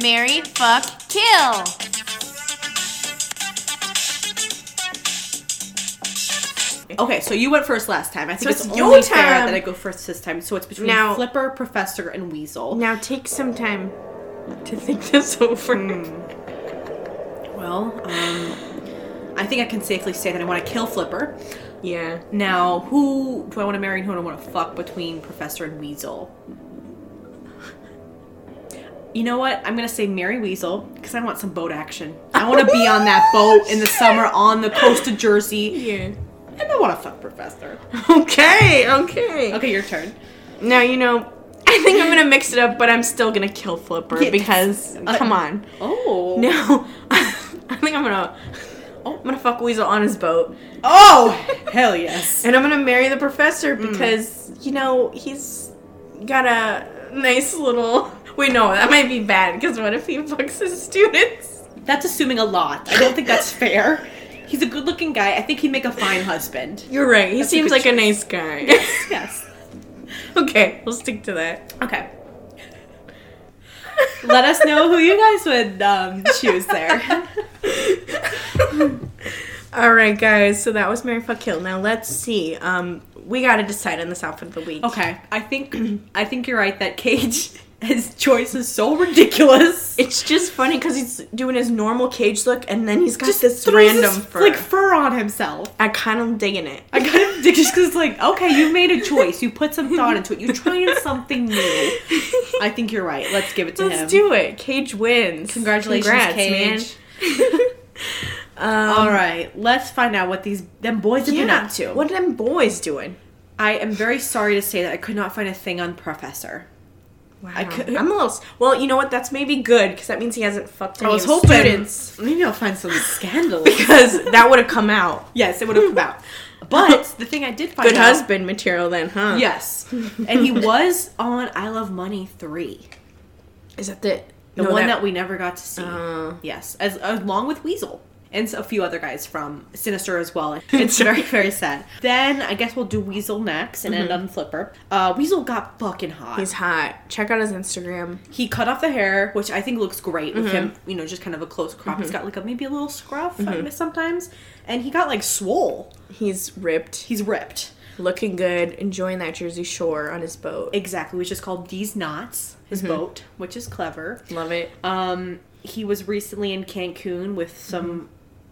Mary, fuck, kill. Okay, so you went first last time. I think So it's, it's your only fair time. that I go first this time. So it's between Now- Flipper, Professor, and Weasel. Now, take some time to think this over. Well, um, I I think I can safely say that I want to kill Flipper. Yeah. Now, who do I want to marry and who do I want to fuck between Professor and Weasel? You know what? I'm gonna say marry Weasel because I want some boat action. I want to be on that boat in the summer on the coast of Jersey, Yeah. and I want to fuck Professor. Okay, okay. Okay, your turn. Now, you know, I think I'm gonna mix it up, but I'm still gonna kill Flipper Yeah, because, uh, come on. Oh. No, I think I'm gonna. oh, I'm gonna fuck Weasel on his boat, Oh, hell yes. and I'm gonna marry the professor because you know he's got a nice little. Wait, no, that might be bad because what if he fucks his students? That's assuming a lot. I don't think that's fair. He's a good-looking guy. I think he'd make a fine husband. You're right. He That's a seems good like a choice. nice guy. Yes. okay, we'll stick to that. Okay. Let us know who you guys would um, choose there. All right, guys. So that was Mary Fuck Kill. Now let's see. Um, we gotta decide on this outfit of the week. Okay, I think I think you're right that Cage his choice is so ridiculous. It's just funny because he's doing his normal cage look, and then he's got this throws random his, fur. like fur on himself. I kind of digging it. I kind of dig just because it's like okay, you made a choice, you put some thought into it, you're trying something new. I think you're right. Let's give it to Let's him. do it. Cage wins. Congratulations, Congrats, Cage. Man. Um, All right, let's find out what these them boys have been yeah. up to. What are them boys doing? I am very sorry to say that I could not find a thing on Professor. Wow. I could- I'm a little. s- Well, you know what? That's maybe good because that means he hasn't fucked any I was of hoping students. maybe I'll find some scandal. Because that would have come out. yes, it would have come out. But the thing I did find Good out- husband material, then, huh? Yes. and he was on I Love Money 3. Is that the The no, one that, we never got to see. Uh. yes. As along with Weasel. And so a few other guys from Sinister as well. It's very, very sad. Then I guess we'll do Weasel next and end on Flipper. Uh, Weasel got fucking hot. Mm-hmm. He's hot. Check out his Instagram. he cut off the hair, which I think looks great with him, you know, just kind of a close crop. He's got like a maybe a little scruff I miss sometimes. And he got like swole. He's ripped. He's ripped. looking good, enjoying that Jersey Shore on his boat. Exactly, which is called These Knots, his boat, which is clever. Love it. Um, he was recently in Cancun with some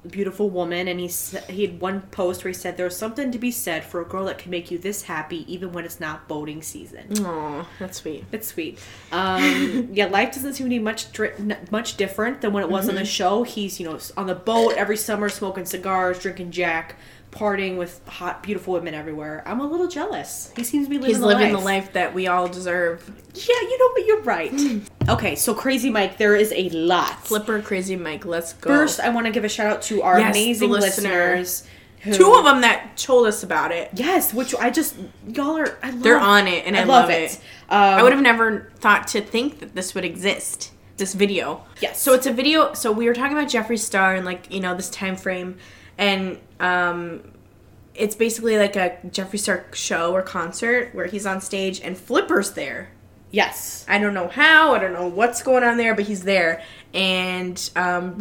beautiful woman, and he s- he had one post where he said, "There's something to be said for a girl that can make you this happy, even when it's not boating season." Aw, that's sweet. It's sweet. Um, yeah, life doesn't seem to be much dri- n- much different than when it was Mm-hmm. on the show. He's you know s- on the boat every summer, smoking cigars, drinking Jack. Partying with hot, beautiful women everywhere. I'm a little jealous. He seems to be living, He's living life. the life that we all deserve. Yeah, you know what? You're right. Hmm. okay, so Crazy Mike, there is a lot. Flipper, Crazy Mike, let's go. First, I want to give a shout out to our Yes, the amazing listener. listeners. who- two of them that told us about it. Yes, which I just y'all are. I love, They're on it, and I, love, it. Um, I would have never thought to think that this would exist. This video. Yes. So it's a video. So we were talking about Jeffree Star and like you know this time frame, and um, it's basically like a Jeffree Star show or concert where he's on stage and Flipper's there. Yes. I don't know how, I don't know what's going on there, but he's there. And um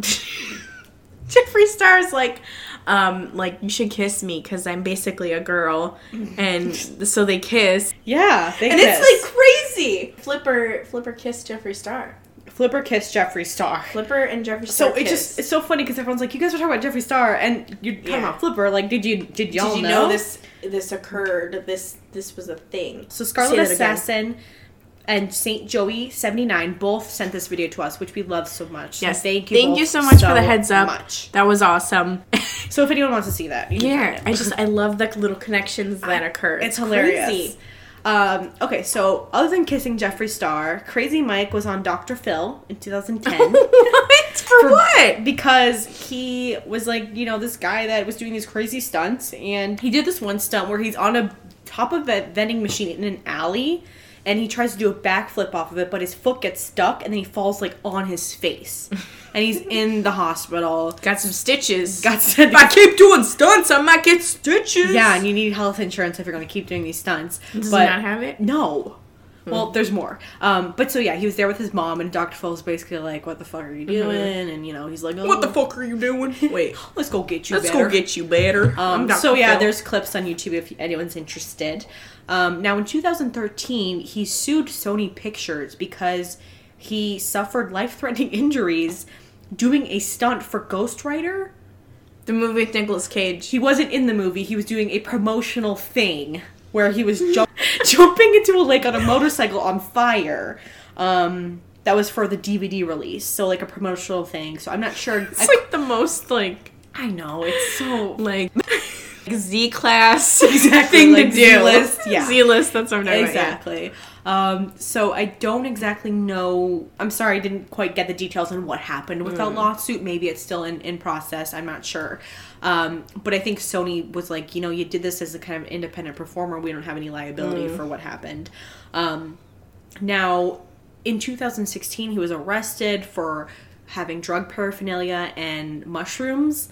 Jeffree Star's like um like you should kiss me cuz I'm basically a girl. And so they kiss. Yeah. They And kiss. it's like crazy. Flipper Flipper kissed Jeffree Star. Flipper kissed Jeffree Star. Flipper and Jeffree So Star. it just it's so funny because everyone's like, you guys were talking about Jeffree Star, and you're talking Yeah. about Flipper. Like, did you did y'all Did you know? this this occurred? This this was a thing. So Say Scarlet that again. Assassin and Saint Joey seventy nine both sent this video to us, which we love so much. So Yes. thank you. both so much for so the heads up. much. That was awesome. So if anyone wants to see that, you can find yeah, it. I just I love the little connections that occur. it's hilarious. crazy. Um, okay, so other than kissing Jeffree Star, Crazy Mike was on Dr. Phil in 2010. what? For, what? Because he was like, you know, this guy that was doing these crazy stunts, and he did this one stunt where he's on a top of a vending machine in an alley, and he tries to do a backflip off of it, but his foot gets stuck, and then he falls like on his face, and he's in the hospital. Got some stitches. Got sent if I keep doing stunts, I might get stitches. Yeah, and you need health insurance if you're going to keep doing these stunts. does but he not have it? No. Well, there's more. Um, but so yeah, he was there with his mom, and Dr. Phil's basically like, "What the fuck are you doing?" And you know, he's like, oh, What the fuck are you doing? Wait, Let's go get you. let's better." go get you better. Um, I'm Dr. so yeah, Phil. there's clips on YouTube if anyone's interested. Um, now in 2013, he sued Sony Pictures because he suffered life-threatening injuries doing a stunt for Ghost Rider. The movie with Nicolas Cage. He wasn't in the movie. He was doing a promotional thing where he was jump- jumping into a lake on a motorcycle on fire. Um, that was for the DVD release, so like a promotional thing. So I'm not sure. It's I, like the most like I know it's so like Z class Exactly, thing like to do. Z-list, yeah. Z list. That's what I'm talking about. exactly. Um, so I don't exactly know. I'm sorry, I didn't quite get the details on what happened with that lawsuit. Maybe it's still in, in process. I'm not sure. Um, but I think Sony was like, you know, you did this as a kind of independent performer. We don't have any liability for what happened. Um, now, in 2016, he was arrested for having drug paraphernalia and mushrooms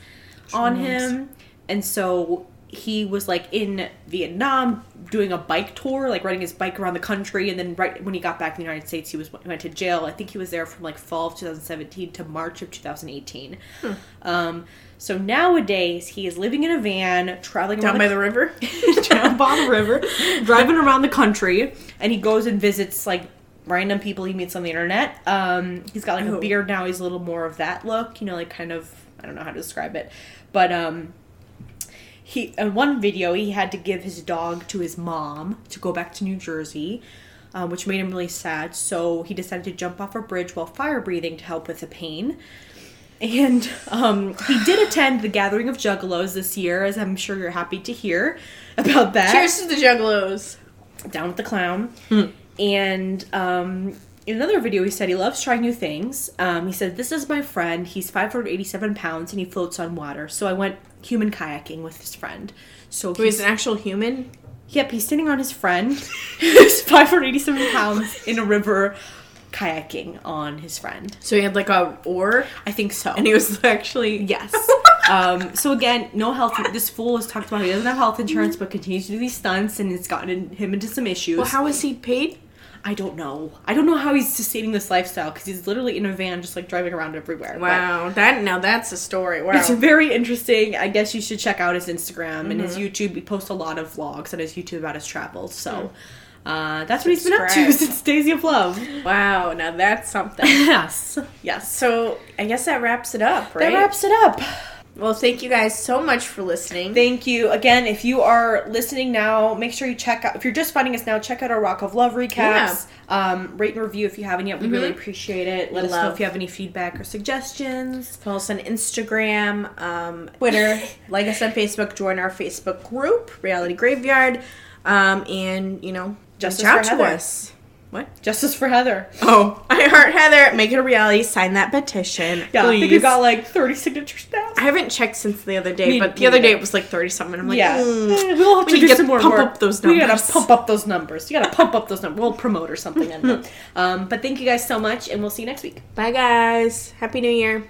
on him. And so he was like in Vietnam doing a bike tour, like riding his bike around the country. And then right when he got back to the United States, he was went to jail. I think he was there from like fall of 2017 to March of 2018. Hmm. Um, so nowadays, he is living in a van, traveling Down around by the river. down by the river, driving around the country, and he goes and visits like random people he meets on the internet. Um, he's got like a Ooh. beard now. He's a little more of that look, you know, like kind of I don't know how to describe it, but um, he in one video he had to give his dog to his mom to go back to New Jersey. Uh, which made him really sad, so he decided to jump off a bridge while fire breathing to help with the pain. And um, he did attend the Gathering of Juggalos this year, as I'm sure you're happy to hear about that. Cheers to the Juggalos. Down with the clown. Hmm. And um, in another video, he said he loves trying new things. Um, he said, This is my friend. He's 587 pounds and he floats on water. So I went human kayaking with his friend. So Who is he's, an actual human? yep, he's sitting on his friend. he's 587 pounds in a river kayaking on his friend. So he had like a oar, I think so. and he was actually Yes. um, so again, no health. This fool has talked about he doesn't have health insurance, but continues to do these stunts, and it's gotten in- him into some issues. Well, how is he paid? I don't know. I don't know how he's sustaining this lifestyle because he's literally in a van, just like driving around everywhere. But Wow, that now that's a story. Wow. It's very interesting. I guess you should check out his Instagram and his YouTube. He posts a lot of vlogs on his YouTube about his travels. So uh, that's what he's been up to Subscribe. since Daisy of Love. Wow, now that's something. yes. Yes. so I guess that wraps it up, right? That wraps it up. Well, thank you guys so much for listening. Thank you again. If you are listening now, make sure you check out. If you're just finding us now, check out our Rock of Love recaps. Um, rate and review if you haven't yet. We really appreciate it. Mm-hmm. Let us know Love. if you have any feedback or suggestions. Follow us on Instagram, um, Twitter, like us on Facebook, join our Facebook group, Reality Graveyard, um, and you know, Justice reach out for to Heather. us. What? Justice for Heather. Oh, I heart Heather. Make it a reality. Sign that petition, Yeah, I think please. we got like 30 signatures now. I haven't checked since the other day, Me- but the me other day neither. it was like thirty something. I'm like, yeah, mm. Eh, we'll have We to need do to some more pump work. up those We numbers. gotta pump up those numbers. You gotta pump up those numbers. We'll promote or something. I don't know. um, but thank you guys so much, and we'll see you next week. bye guys. Happy New Year.